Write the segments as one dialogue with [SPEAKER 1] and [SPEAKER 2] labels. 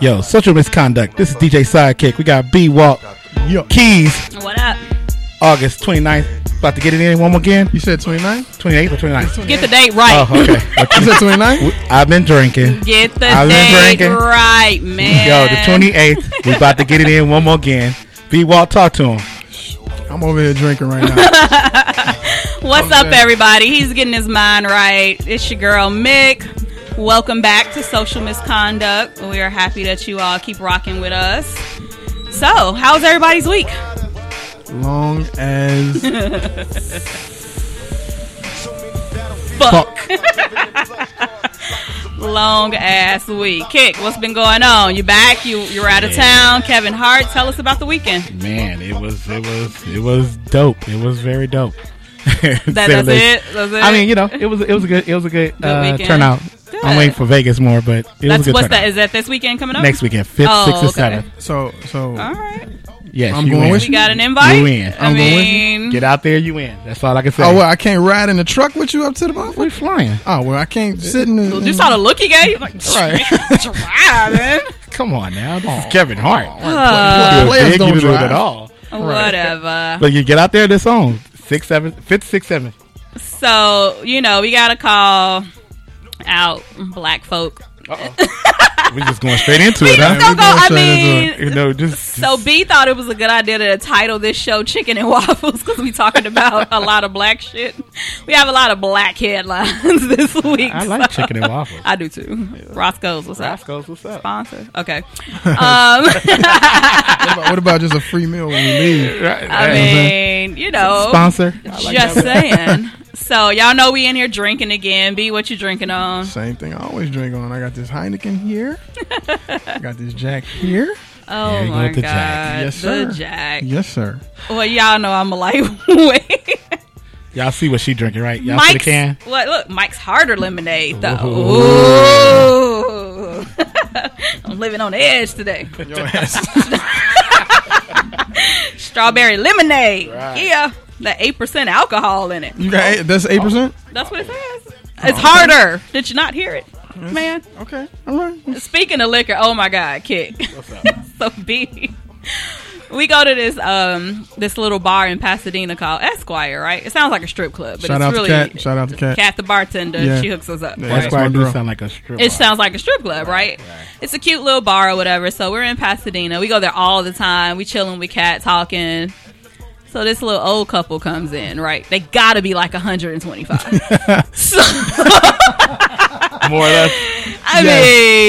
[SPEAKER 1] Yo, social misconduct. This is DJ Sidekick. We got B Walk, Keys,
[SPEAKER 2] What up?
[SPEAKER 1] August 29th. About to get it in one more again.
[SPEAKER 3] You said 29?
[SPEAKER 1] 28th or 29th?
[SPEAKER 2] Get the date right.
[SPEAKER 1] Oh, okay.
[SPEAKER 3] You said 29?
[SPEAKER 1] I've been drinking.
[SPEAKER 2] Get the
[SPEAKER 1] I've been
[SPEAKER 2] date
[SPEAKER 1] drinking.
[SPEAKER 2] right, man.
[SPEAKER 1] Yo, the 28th. We about to get it in one more again. B Walk, talk to him.
[SPEAKER 3] I'm over here drinking right now.
[SPEAKER 2] What's up, everybody? He's getting his mind right. It's your girl, Mick. Welcome back to Social Misconduct. We are happy that you all keep rocking with us. So, how's everybody's week?
[SPEAKER 3] Long as
[SPEAKER 2] Fuck. Long ass week. Kick, what's been going on? You back? You you're out of town. Kevin Hart, tell us about the weekend.
[SPEAKER 1] Man, it was it was it was dope. It was very dope.
[SPEAKER 2] That, that's it. That's it.
[SPEAKER 1] I mean, you know, it was it was a good it was a good, uh,
[SPEAKER 2] weekend.
[SPEAKER 1] turnout. I'm
[SPEAKER 2] Good.
[SPEAKER 1] waiting for Vegas more, but it was a
[SPEAKER 2] that's
[SPEAKER 1] good
[SPEAKER 2] what's
[SPEAKER 1] turnout.
[SPEAKER 2] that? Is that this weekend coming up?
[SPEAKER 1] Next weekend, fifth,
[SPEAKER 2] Oh,
[SPEAKER 1] sixth, or
[SPEAKER 2] okay.
[SPEAKER 1] seventh.
[SPEAKER 3] so so
[SPEAKER 2] All right.
[SPEAKER 1] Yes,
[SPEAKER 3] I'm
[SPEAKER 1] you
[SPEAKER 3] going
[SPEAKER 1] win.
[SPEAKER 3] with
[SPEAKER 2] We got an invite.
[SPEAKER 1] You win.
[SPEAKER 2] I
[SPEAKER 1] I'm
[SPEAKER 3] going with
[SPEAKER 2] mean,
[SPEAKER 1] Get out there, you win. That's all I can say.
[SPEAKER 3] Oh well, I can't ride in the truck with you up to the motherfucker.
[SPEAKER 1] We're flying.
[SPEAKER 3] Oh well, I can't sit in the
[SPEAKER 2] you saw the look he gave. Like,
[SPEAKER 3] Right.
[SPEAKER 2] driving.
[SPEAKER 1] Come on now. This
[SPEAKER 3] Oh,
[SPEAKER 1] is Kevin Hart.
[SPEAKER 2] Uh,
[SPEAKER 1] You're
[SPEAKER 3] players
[SPEAKER 1] big, you
[SPEAKER 3] don't
[SPEAKER 1] do it
[SPEAKER 3] drive.
[SPEAKER 1] at all.
[SPEAKER 2] Whatever.
[SPEAKER 1] But you get out there, this on. Six, seven, fifth, sixth, seventh.
[SPEAKER 2] So you know, we gotta call out black folk.
[SPEAKER 1] We're just going straight into it,
[SPEAKER 2] Don't go.
[SPEAKER 1] huh?
[SPEAKER 2] I
[SPEAKER 3] just gonna say this, uh,
[SPEAKER 2] mean,
[SPEAKER 1] You know, just,
[SPEAKER 2] So B thought it was a good idea to title this show "Chicken and Waffles" because we talking about a lot of black shit. We have a lot of black headlines this week.
[SPEAKER 1] I like
[SPEAKER 2] so-
[SPEAKER 1] chicken and waffles.
[SPEAKER 2] I do too. Roscoe's, what's up?
[SPEAKER 1] Rascals, what's up?
[SPEAKER 2] Sponsor. Okay. Um,
[SPEAKER 3] What about, what about just a free meal when we leave?
[SPEAKER 1] Right,
[SPEAKER 2] I
[SPEAKER 1] right.
[SPEAKER 2] mean, you know,
[SPEAKER 1] Sponsor.
[SPEAKER 2] just saying. So y'all know we in here drinking again. B, what you drinking on?
[SPEAKER 3] Same thing I always drink on. I got this Heineken here. I got this Jack here.
[SPEAKER 2] Oh
[SPEAKER 1] There you go
[SPEAKER 2] my
[SPEAKER 1] with the
[SPEAKER 2] god,
[SPEAKER 1] Jack.
[SPEAKER 3] Yes,
[SPEAKER 2] the
[SPEAKER 3] sir.
[SPEAKER 2] Jack.
[SPEAKER 3] Yes, sir.
[SPEAKER 2] Well, y'all know I'm a lightweight.
[SPEAKER 1] Y'all see what she drinking, right? Y'all see the
[SPEAKER 2] Mike's
[SPEAKER 1] can?
[SPEAKER 2] Look, look, Mike's harder lemonade though. Ooh. I'm living on edge today.
[SPEAKER 3] Your ass.
[SPEAKER 2] Strawberry lemonade. Yeah. The eight percent alcohol in it.
[SPEAKER 3] you got eight, that's eight percent.
[SPEAKER 2] That's what it
[SPEAKER 1] Oh,
[SPEAKER 2] says. It's harder. Did you not hear it?
[SPEAKER 3] Mm-hmm.
[SPEAKER 2] Man.
[SPEAKER 3] Okay, all right.
[SPEAKER 2] Speaking of liquor, oh my god, kick. so B. We go to this um this little bar in Pasadena called Esquire, right? It sounds like a strip club, but
[SPEAKER 3] Shout
[SPEAKER 2] it's
[SPEAKER 3] out
[SPEAKER 2] really
[SPEAKER 3] to Cat. Shout out to Cat.
[SPEAKER 2] Cat the bartender,
[SPEAKER 3] Yeah.
[SPEAKER 2] she hooks us up.
[SPEAKER 3] Yeah.
[SPEAKER 2] right?
[SPEAKER 1] That's why I
[SPEAKER 3] my
[SPEAKER 1] do
[SPEAKER 3] girl.
[SPEAKER 1] sound like a stripper.
[SPEAKER 2] It sounds like a strip club, right? It's a cute little bar or whatever. So we're in Pasadena. We go there all the time. We chilling with cat talking. So this little old couple comes in, right? They gotta be like 125. so,
[SPEAKER 1] more or less.
[SPEAKER 2] I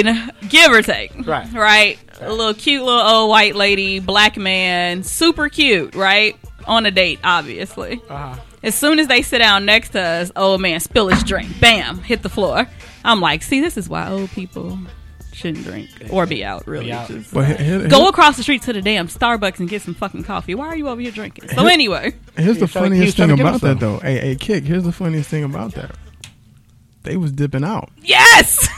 [SPEAKER 2] mean, give or take,
[SPEAKER 1] Right.
[SPEAKER 2] Right? A little cute little old white lady, black man, super cute, right? On a date, obviously.
[SPEAKER 1] Uh-huh.
[SPEAKER 2] As soon as they sit down next to us, old man spill his drink. Bam, hit the floor. I'm like, see, this is why old people shouldn't drink or be out, really.
[SPEAKER 1] Be out.
[SPEAKER 2] Just
[SPEAKER 3] But he- he-
[SPEAKER 2] go across the street to the damn Starbucks and get some fucking coffee. Why are you over here drinking? So anyway,
[SPEAKER 3] Here's the
[SPEAKER 1] was trying- he was
[SPEAKER 3] funniest
[SPEAKER 1] trying
[SPEAKER 3] thing
[SPEAKER 1] to give
[SPEAKER 3] about
[SPEAKER 1] us some.
[SPEAKER 3] that though. Hey, hey, kick. Here's the funniest thing about that. They was dipping out.
[SPEAKER 2] yes,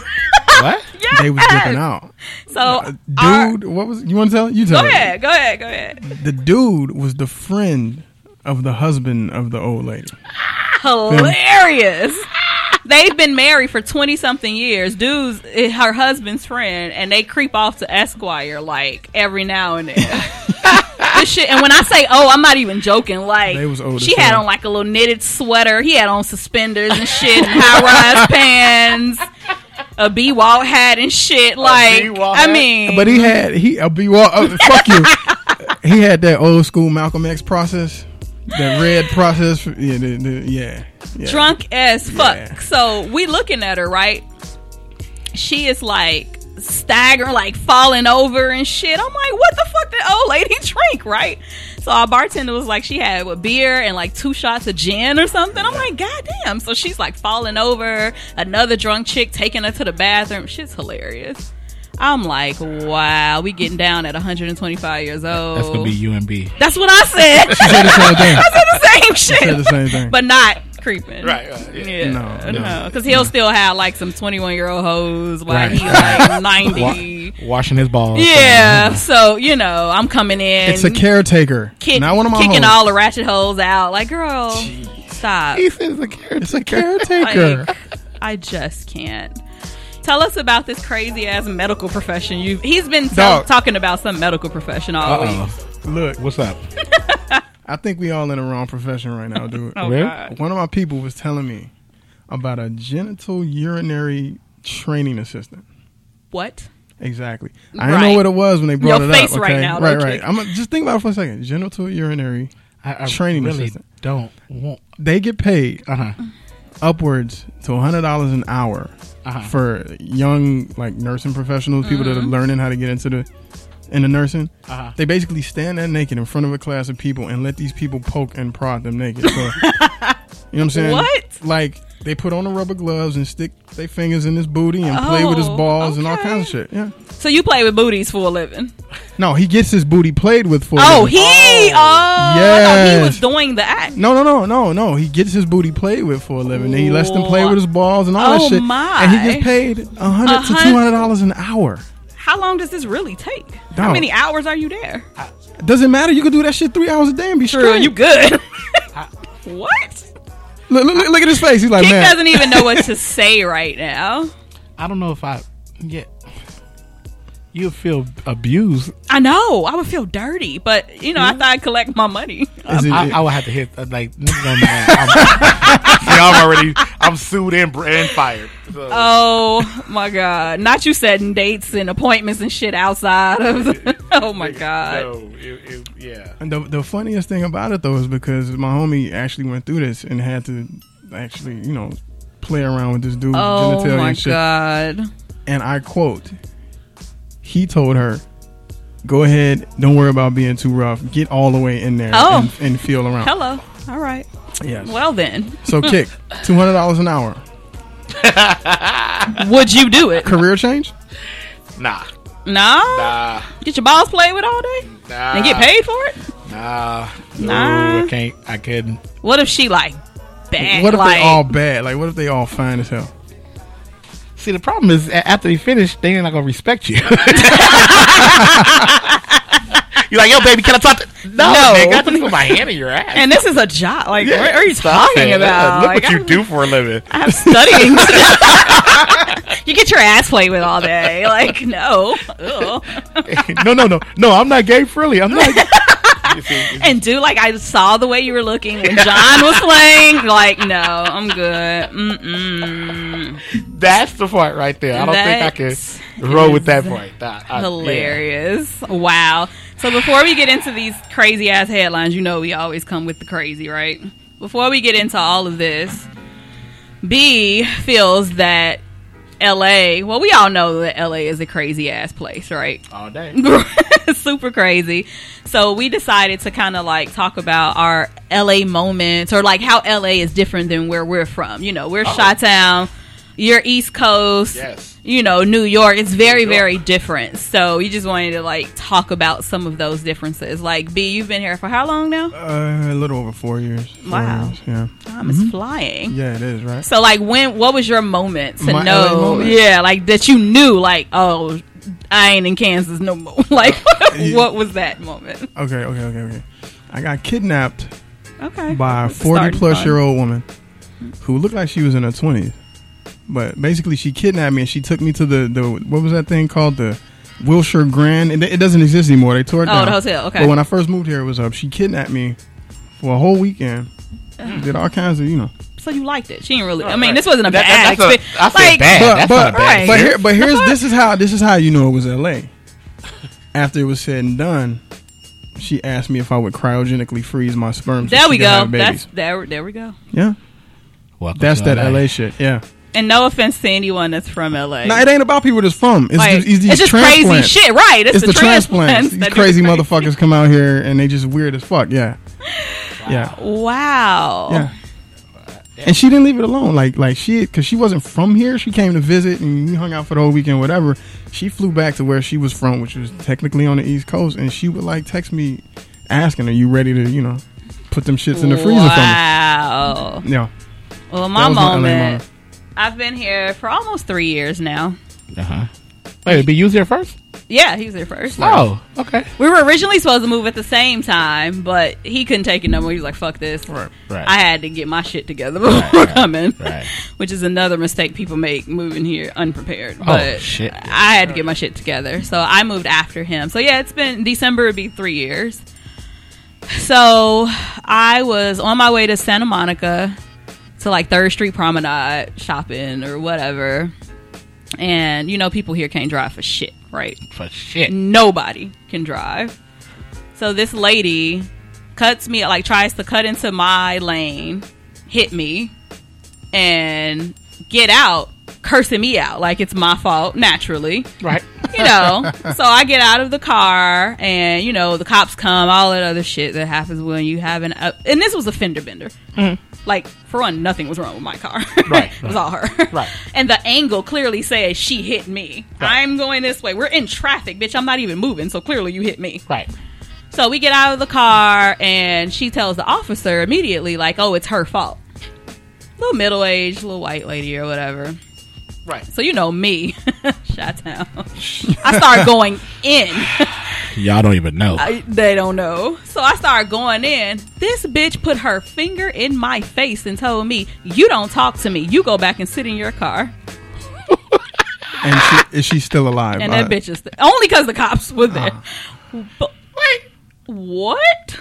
[SPEAKER 1] What?
[SPEAKER 2] yes.
[SPEAKER 3] They was dipping out.
[SPEAKER 2] So,
[SPEAKER 3] Dude,
[SPEAKER 2] our-
[SPEAKER 3] what was you want to tell? You tell.
[SPEAKER 2] go
[SPEAKER 3] me.
[SPEAKER 2] ahead, go ahead, go ahead.
[SPEAKER 3] The dude was the friend of the husband of the old lady.
[SPEAKER 2] Hilarious. They've been married for twenty something years. Dude's eh, her husband's friend, and they creep off to Esquire like every now and then. this shit, and when I say oh, I'm not even joking. Like
[SPEAKER 3] They was old
[SPEAKER 2] she
[SPEAKER 3] as
[SPEAKER 2] had
[SPEAKER 3] hell.
[SPEAKER 2] on like a little knitted sweater. He had on suspenders and shit, high rise pants, a B wall hat and shit. Like
[SPEAKER 1] B-wall
[SPEAKER 2] I
[SPEAKER 1] hat?
[SPEAKER 2] mean,
[SPEAKER 3] But he had he a be well, oh, fuck you. He had that old school Malcolm X process, that red process. Yeah, the, the, yeah, yeah.
[SPEAKER 2] drunk as fuck.
[SPEAKER 3] Yeah.
[SPEAKER 2] So we looking at her, right? She is like staggering, like falling over and shit. I'm like, what the fuck did old lady drink, right? So our bartender was like, she had a beer and like two shots of gin or something. I'm like, goddamn. So she's like falling over. Another drunk chick taking her to the bathroom. Shit's hilarious. I'm like, wow, we getting down at 125 years old.
[SPEAKER 1] That's gonna be you and B.
[SPEAKER 2] That's what I said.
[SPEAKER 3] She said the same thing.
[SPEAKER 2] I said the same shit
[SPEAKER 3] She said the same thing.
[SPEAKER 2] but not creeping.
[SPEAKER 1] Right, right, yeah.
[SPEAKER 2] Yeah.
[SPEAKER 3] No,
[SPEAKER 2] No.
[SPEAKER 3] no.
[SPEAKER 2] Because he'll still have like some 21 year old hoes while
[SPEAKER 1] Right.
[SPEAKER 2] he's like
[SPEAKER 1] Wa-
[SPEAKER 2] 90.
[SPEAKER 1] washing his balls.
[SPEAKER 2] yeah. So, you know, I'm coming in.
[SPEAKER 3] it's a caretaker,
[SPEAKER 2] kick-
[SPEAKER 3] not one of my
[SPEAKER 2] Kicking
[SPEAKER 3] hoes.
[SPEAKER 2] all the ratchet holes out. Like, girl, stop.
[SPEAKER 1] He says a character.
[SPEAKER 3] It's a caretaker.
[SPEAKER 2] Like, I just can't. Tell us about this crazy ass medical profession. You he's been tell-
[SPEAKER 3] Dog.
[SPEAKER 2] talking about some medical profession all week.
[SPEAKER 3] Look,
[SPEAKER 1] Uh, What's up?
[SPEAKER 3] I think we all in the wrong profession right now, dude.
[SPEAKER 2] Oh
[SPEAKER 1] Really?
[SPEAKER 2] god.
[SPEAKER 3] One of my people was telling me about a genital urinary training assistant.
[SPEAKER 2] What?
[SPEAKER 3] Exactly. I didn't
[SPEAKER 2] Right.
[SPEAKER 3] know what it was when they brought
[SPEAKER 2] Your
[SPEAKER 3] it
[SPEAKER 2] face
[SPEAKER 3] up.
[SPEAKER 2] right
[SPEAKER 3] okay?
[SPEAKER 2] now,
[SPEAKER 3] Right,
[SPEAKER 2] don't
[SPEAKER 3] right.
[SPEAKER 2] you?
[SPEAKER 3] I'm gonna- just think about it for a second. Genital urinary.
[SPEAKER 1] I, I
[SPEAKER 3] Training
[SPEAKER 1] really
[SPEAKER 3] assistant.
[SPEAKER 1] don't want.
[SPEAKER 3] They get paid uh-huh,
[SPEAKER 1] Uh huh.
[SPEAKER 2] Mm-hmm.
[SPEAKER 3] upwards to hundred dollars an hour
[SPEAKER 1] Uh-huh.
[SPEAKER 3] for young like nursing professionals, people that are
[SPEAKER 2] Mm-hmm.
[SPEAKER 3] learning how to get into the into nursing.
[SPEAKER 1] Uh-huh.
[SPEAKER 3] They basically stand there naked in front of a class of people and let these people poke and prod them naked. So, you know what I'm saying?
[SPEAKER 2] What?
[SPEAKER 3] Like they put on the rubber gloves and stick their fingers in his booty and play with his
[SPEAKER 2] Oh,
[SPEAKER 3] balls and all
[SPEAKER 2] okay.
[SPEAKER 3] kinds of shit. Yeah.
[SPEAKER 2] So you play with booties for a living?
[SPEAKER 3] No, he gets his booty played with for.
[SPEAKER 2] Oh,
[SPEAKER 3] him.
[SPEAKER 2] he. Oh, I thought he
[SPEAKER 3] Yes.
[SPEAKER 2] was doing the act.
[SPEAKER 3] No, no, no, no, no. He gets his booty played with for a living. Then he lets them play with his balls and all
[SPEAKER 2] Oh,
[SPEAKER 3] that shit.
[SPEAKER 2] my.
[SPEAKER 3] And he gets paid a hundred to
[SPEAKER 2] A
[SPEAKER 3] two hundred dollars an hour.
[SPEAKER 2] How long does this really take? How
[SPEAKER 3] Dog.
[SPEAKER 2] many hours are you there?
[SPEAKER 3] Doesn't matter. You could do that shit three hours a day and be
[SPEAKER 2] Girl,
[SPEAKER 3] straight.
[SPEAKER 2] you good? what?
[SPEAKER 3] look, look, look- look at his face. He's like,
[SPEAKER 2] Kick
[SPEAKER 3] man,
[SPEAKER 2] doesn't even know what to say right now.
[SPEAKER 1] I don't know if I. Yeah. You feel abused.
[SPEAKER 2] I know. I would feel dirty, but you know, I thought
[SPEAKER 3] Mm-hmm.
[SPEAKER 2] I'd collect my money.
[SPEAKER 3] is it-
[SPEAKER 1] I, I would have to hit uh, like. No, man. I'm, see, I'm already. I'm sued and, br- and fired. So.
[SPEAKER 2] Oh my god! Not you setting dates and appointments and shit outside of. oh my god!
[SPEAKER 1] No, it, it, yeah.
[SPEAKER 3] And the, the funniest thing about it though is because my homie actually went through this and had to actually, you know, play around with this dude's
[SPEAKER 2] Oh
[SPEAKER 3] genitalia
[SPEAKER 2] my
[SPEAKER 3] and shit.
[SPEAKER 2] god!
[SPEAKER 3] And I quote, he told her, "Go ahead, don't worry about being too rough. Get all the way in there
[SPEAKER 2] Oh.
[SPEAKER 3] and, and feel around."
[SPEAKER 2] Hello. All right.
[SPEAKER 3] Yes.
[SPEAKER 2] Well then,
[SPEAKER 3] So kick two hundred dollars an hour.
[SPEAKER 2] would you do it?
[SPEAKER 3] Career change?
[SPEAKER 1] Nah.
[SPEAKER 2] No.
[SPEAKER 1] Nah.
[SPEAKER 2] Get your balls played with all day
[SPEAKER 1] Nah.
[SPEAKER 2] and get paid for it.
[SPEAKER 1] Nah.
[SPEAKER 2] Nah.
[SPEAKER 1] No, I can't. I couldn't.
[SPEAKER 2] What if she like bad?
[SPEAKER 3] what if
[SPEAKER 2] like,
[SPEAKER 3] they all bad? Like what if they all fine as hell?
[SPEAKER 1] See, the problem is a- after they finish, they're not gonna respect you. You're like, yo, baby, can I talk? To-? No,
[SPEAKER 2] No.
[SPEAKER 1] nigga, I just put my hand in your ass.
[SPEAKER 2] And this is a job. Like,
[SPEAKER 1] Yeah,
[SPEAKER 2] what are you
[SPEAKER 1] stop
[SPEAKER 2] talking
[SPEAKER 1] it.
[SPEAKER 2] about?
[SPEAKER 1] Look
[SPEAKER 2] Like,
[SPEAKER 1] what you
[SPEAKER 2] I'm-
[SPEAKER 1] do for a living.
[SPEAKER 2] I'm studying. you get your ass played with all day. Like, no. Ugh.
[SPEAKER 1] no, no, no, no. I'm not gay friendly. I'm not. You see, you see,
[SPEAKER 2] And do like I saw the way you were looking when John was playing. Like, no, I'm good. Mm-mm.
[SPEAKER 1] that's the part right there. I don't
[SPEAKER 2] That's-
[SPEAKER 1] think I can roll with that part. Nah, I-
[SPEAKER 2] Hilarious. Wow. So before we get into these crazy ass headlines, you know we always come with the crazy, right? Before we get into all of this, B feels that LA, well, we all know that LA is a crazy ass place, right?
[SPEAKER 1] yeah, all day.
[SPEAKER 2] super crazy. So we decided to kind of like talk about our LA moments or like how LA is different than where we're from. You know, we're Chi Town, you're East Coast.
[SPEAKER 1] Oh. Yes.
[SPEAKER 2] You know, New York. It's very,
[SPEAKER 1] New York.
[SPEAKER 2] very different. So we just wanted to like talk about some of those differences. Like B, you've been here for how long now?
[SPEAKER 3] Uh, a little over four years. Four
[SPEAKER 2] Wow.
[SPEAKER 3] years, Yeah.
[SPEAKER 2] Time
[SPEAKER 3] Mm-hmm.
[SPEAKER 2] is flying.
[SPEAKER 3] Yeah, it is, right?
[SPEAKER 2] So like when what was your moment to
[SPEAKER 3] My
[SPEAKER 2] know?
[SPEAKER 3] LA moment?
[SPEAKER 2] Yeah, like that you knew like, oh, I ain't in Kansas no more. like
[SPEAKER 3] Yeah.
[SPEAKER 2] what was that moment?
[SPEAKER 3] Okay, okay, okay, okay. I got kidnapped
[SPEAKER 2] Okay.
[SPEAKER 3] by a
[SPEAKER 2] It's starting
[SPEAKER 3] 40 plus
[SPEAKER 2] fun.
[SPEAKER 3] year old woman who looked like she was in her 20s. But basically, she kidnapped me and she took me to the, the what was that thing called? The Wilshire Grand. It, it doesn't exist anymore. They tore it
[SPEAKER 2] Oh,
[SPEAKER 3] down.
[SPEAKER 2] the hotel. Okay.
[SPEAKER 3] But when I first moved here, it was up. She kidnapped me for a whole weekend. Did all kinds of, you know.
[SPEAKER 2] so you liked it. She didn't really. I mean,
[SPEAKER 1] right.
[SPEAKER 2] this wasn't a
[SPEAKER 1] That- that-
[SPEAKER 2] bad.
[SPEAKER 1] that's a-
[SPEAKER 2] experience.
[SPEAKER 1] I said
[SPEAKER 2] like,
[SPEAKER 1] bad.
[SPEAKER 3] but
[SPEAKER 1] that's
[SPEAKER 3] but,
[SPEAKER 1] not a bad
[SPEAKER 3] but
[SPEAKER 1] thing.
[SPEAKER 3] here but here's this is how this is how you know it was LA. After it was said and done, she asked me if I would cryogenically freeze my sperm. so
[SPEAKER 2] There
[SPEAKER 3] she
[SPEAKER 2] we
[SPEAKER 3] could
[SPEAKER 2] go.
[SPEAKER 3] have
[SPEAKER 2] That's
[SPEAKER 3] babies.
[SPEAKER 2] there. There we go.
[SPEAKER 3] yeah.
[SPEAKER 1] Welcome
[SPEAKER 3] That's
[SPEAKER 1] to
[SPEAKER 3] that LA shit. Yeah.
[SPEAKER 2] And no offense to anyone that's from LA.
[SPEAKER 3] No, it ain't about people that's from. It's,
[SPEAKER 2] Like,
[SPEAKER 3] these- it's these
[SPEAKER 2] it's just crazy
[SPEAKER 3] transplants.
[SPEAKER 2] shit, right?
[SPEAKER 3] It's, the, transplants.
[SPEAKER 2] transplants that
[SPEAKER 3] These
[SPEAKER 2] do
[SPEAKER 3] crazy motherfuckers come out here and they just weird as fuck. Yeah. Yeah.
[SPEAKER 2] Wow.
[SPEAKER 3] Yeah. And she didn't leave it alone. Like, like she, because she wasn't from here. She came to visit, and we hung out for the whole weekend, whatever. She flew back to where she was from, which was technically on the East Coast, and she would like text me, asking, "Are you ready to, you know, put them shits in the freezer
[SPEAKER 2] Wow.
[SPEAKER 3] for me?" Yeah,
[SPEAKER 2] Well, my
[SPEAKER 3] was my LA
[SPEAKER 2] moment,
[SPEAKER 3] moment.
[SPEAKER 2] I've been here for almost three years now.
[SPEAKER 4] Uh-huh.
[SPEAKER 1] Uh huh. Wait, be used there first?
[SPEAKER 2] Yeah, he was there first.
[SPEAKER 4] Oh, okay.
[SPEAKER 2] We were originally supposed to move at the same time, but he couldn't take it no more. He was like, "Fuck this."
[SPEAKER 1] Right.
[SPEAKER 4] Right.
[SPEAKER 2] I had to get my shit together before
[SPEAKER 4] right,
[SPEAKER 2] coming,
[SPEAKER 4] right.
[SPEAKER 2] which is another mistake people make moving here unprepared. But
[SPEAKER 4] Oh, shit.
[SPEAKER 2] I had to get my shit together, so I moved after him. So yeah, it's been December would be three years. So I was on my way to Santa Monica to like Third Street Promenade shopping or whatever, and you know people here can't drive for shit, right?
[SPEAKER 4] For shit.
[SPEAKER 2] nobody can drive. So this lady cuts me, like tries to cut into my lane, hit me, and get out, cursing me out like it's my fault naturally
[SPEAKER 4] Right.
[SPEAKER 2] you know. so I get out of the car, and you know the cops come, all that other shit that happens when you have an. Uh, and this was a fender bender. Like for one, nothing was wrong with my car.
[SPEAKER 4] Mm-hmm. Right,
[SPEAKER 2] it was all her.
[SPEAKER 4] Right.
[SPEAKER 2] And the angle clearly says she hit me. I'm going this way. We're in traffic, bitch. I'm not even moving, so clearly you hit me.
[SPEAKER 4] Right.
[SPEAKER 2] So we get out of the car, and she tells the officer immediately, like, "Oh, it's her fault." Little middle aged, little white lady or whatever.
[SPEAKER 4] Right.
[SPEAKER 2] So you know me, Shot Town. I start going in.
[SPEAKER 4] Y'all don't even know.
[SPEAKER 2] I- they don't know. So I start going in. This bitch put her finger in my face and told me, "You don't talk to me. You go back and sit in your car."
[SPEAKER 3] And she, is she still alive?
[SPEAKER 2] And
[SPEAKER 3] I-
[SPEAKER 2] that bitch is th- only because the cops were there. But, wait, what?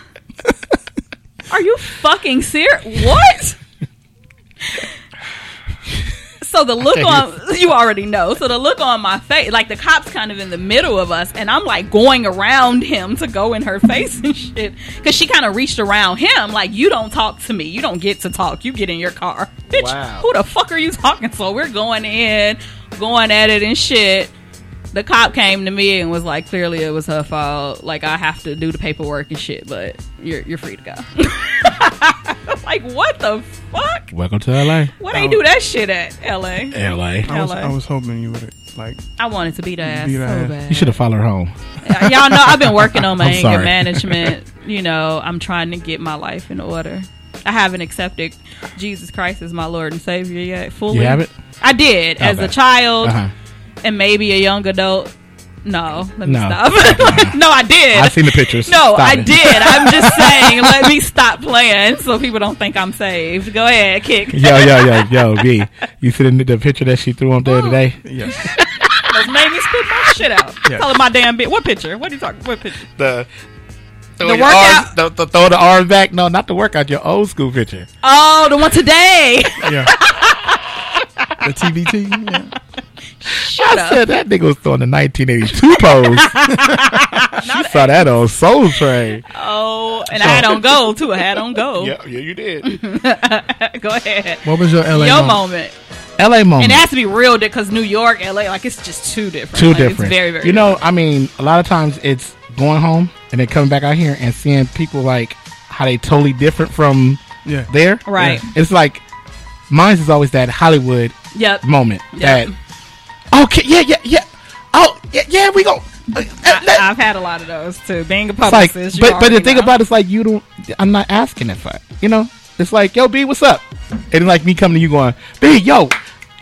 [SPEAKER 2] Are you fucking serious? What? So the look on you already know. So the look on my face, like the cops kind of in the middle of us, and I'm like going around him to go in her face and shit, because she kind of reached around him, like you don't talk to me, you don't get to talk, you get in your car, bitch.
[SPEAKER 4] Wow.
[SPEAKER 2] Who the fuck are you talking to? We're going in, going at it and shit the cop came to me and was like, clearly it was her fault. Like I have to do the paperwork and shit, but you're you're free to go. I'm like what the fuck?
[SPEAKER 4] Welcome to LA.
[SPEAKER 2] What they do that shit at LA?
[SPEAKER 4] LA.
[SPEAKER 3] I was,
[SPEAKER 2] Hello.
[SPEAKER 3] I was hoping you would like.
[SPEAKER 2] I wanted to beat her ass
[SPEAKER 3] Beat
[SPEAKER 2] so
[SPEAKER 3] her ass.
[SPEAKER 2] bad.
[SPEAKER 4] You should have followed her home.
[SPEAKER 2] Yeah, Y'all know I've been working on my
[SPEAKER 4] I'm
[SPEAKER 2] anger
[SPEAKER 4] sorry.
[SPEAKER 2] management. You know, I'm trying to get my life in order. I haven't accepted Jesus Christ as my Lord and Savior yet fully.
[SPEAKER 4] You have it?
[SPEAKER 2] I did as a
[SPEAKER 4] Okay.
[SPEAKER 2] child
[SPEAKER 4] Uh-huh.
[SPEAKER 2] and maybe a young adult. No, let me
[SPEAKER 4] No.
[SPEAKER 2] stop. no, I did.
[SPEAKER 4] I've seen the pictures.
[SPEAKER 2] No,
[SPEAKER 4] Stop
[SPEAKER 2] I
[SPEAKER 4] it.
[SPEAKER 2] did. I'm just saying, let me stop playing so people don't think I'm saved. Go ahead, kick.
[SPEAKER 4] Yo, yo, yo, yo, B. You see the, the picture that she threw up there today?
[SPEAKER 3] Yes.
[SPEAKER 2] Just made me spit my shit out.
[SPEAKER 3] Yeah.
[SPEAKER 2] Tell her my damn bit. What picture? What are you talking? What picture?
[SPEAKER 4] The
[SPEAKER 2] The your workout- arms-
[SPEAKER 4] the, throw the arms back. No, not the workout. Your old school picture.
[SPEAKER 2] Oh, the one today.
[SPEAKER 3] yeah. The TBT. Yeah.
[SPEAKER 2] Shut
[SPEAKER 4] I
[SPEAKER 2] up.
[SPEAKER 4] said that nigga was throwing the 1982 pose. she saw that on Soul Train.
[SPEAKER 2] Oh, and I had on gold too. I had on gold.
[SPEAKER 4] yeah, you did.
[SPEAKER 2] Go ahead.
[SPEAKER 3] What was your LA
[SPEAKER 2] Your
[SPEAKER 3] moment?
[SPEAKER 2] moment.
[SPEAKER 4] LA moment.
[SPEAKER 2] And it has to be real because New York, LA, like it's just too different.
[SPEAKER 4] Too
[SPEAKER 2] Like,
[SPEAKER 4] different.
[SPEAKER 2] It's very, very
[SPEAKER 4] You know, I mean, a lot of times it's going home and then coming back out here and seeing people like how they totally different from
[SPEAKER 3] Yeah.
[SPEAKER 4] there.
[SPEAKER 2] Right.
[SPEAKER 4] Yeah. It's like mine's is always that Hollywood
[SPEAKER 2] different. Yep.
[SPEAKER 4] moment.
[SPEAKER 2] Yeah.
[SPEAKER 4] That okay, yeah, yeah, yeah. Oh, yeah, yeah we go. uh, uh, let-
[SPEAKER 2] I, I've had a lot of those too. Being a
[SPEAKER 4] it's like,
[SPEAKER 2] publicist, you
[SPEAKER 4] but but the
[SPEAKER 2] already
[SPEAKER 4] thing
[SPEAKER 2] know.
[SPEAKER 4] about it's like you don't. I'm not asking if I, you know, it's like yo B, what's up? And like me coming to you going, B, yo,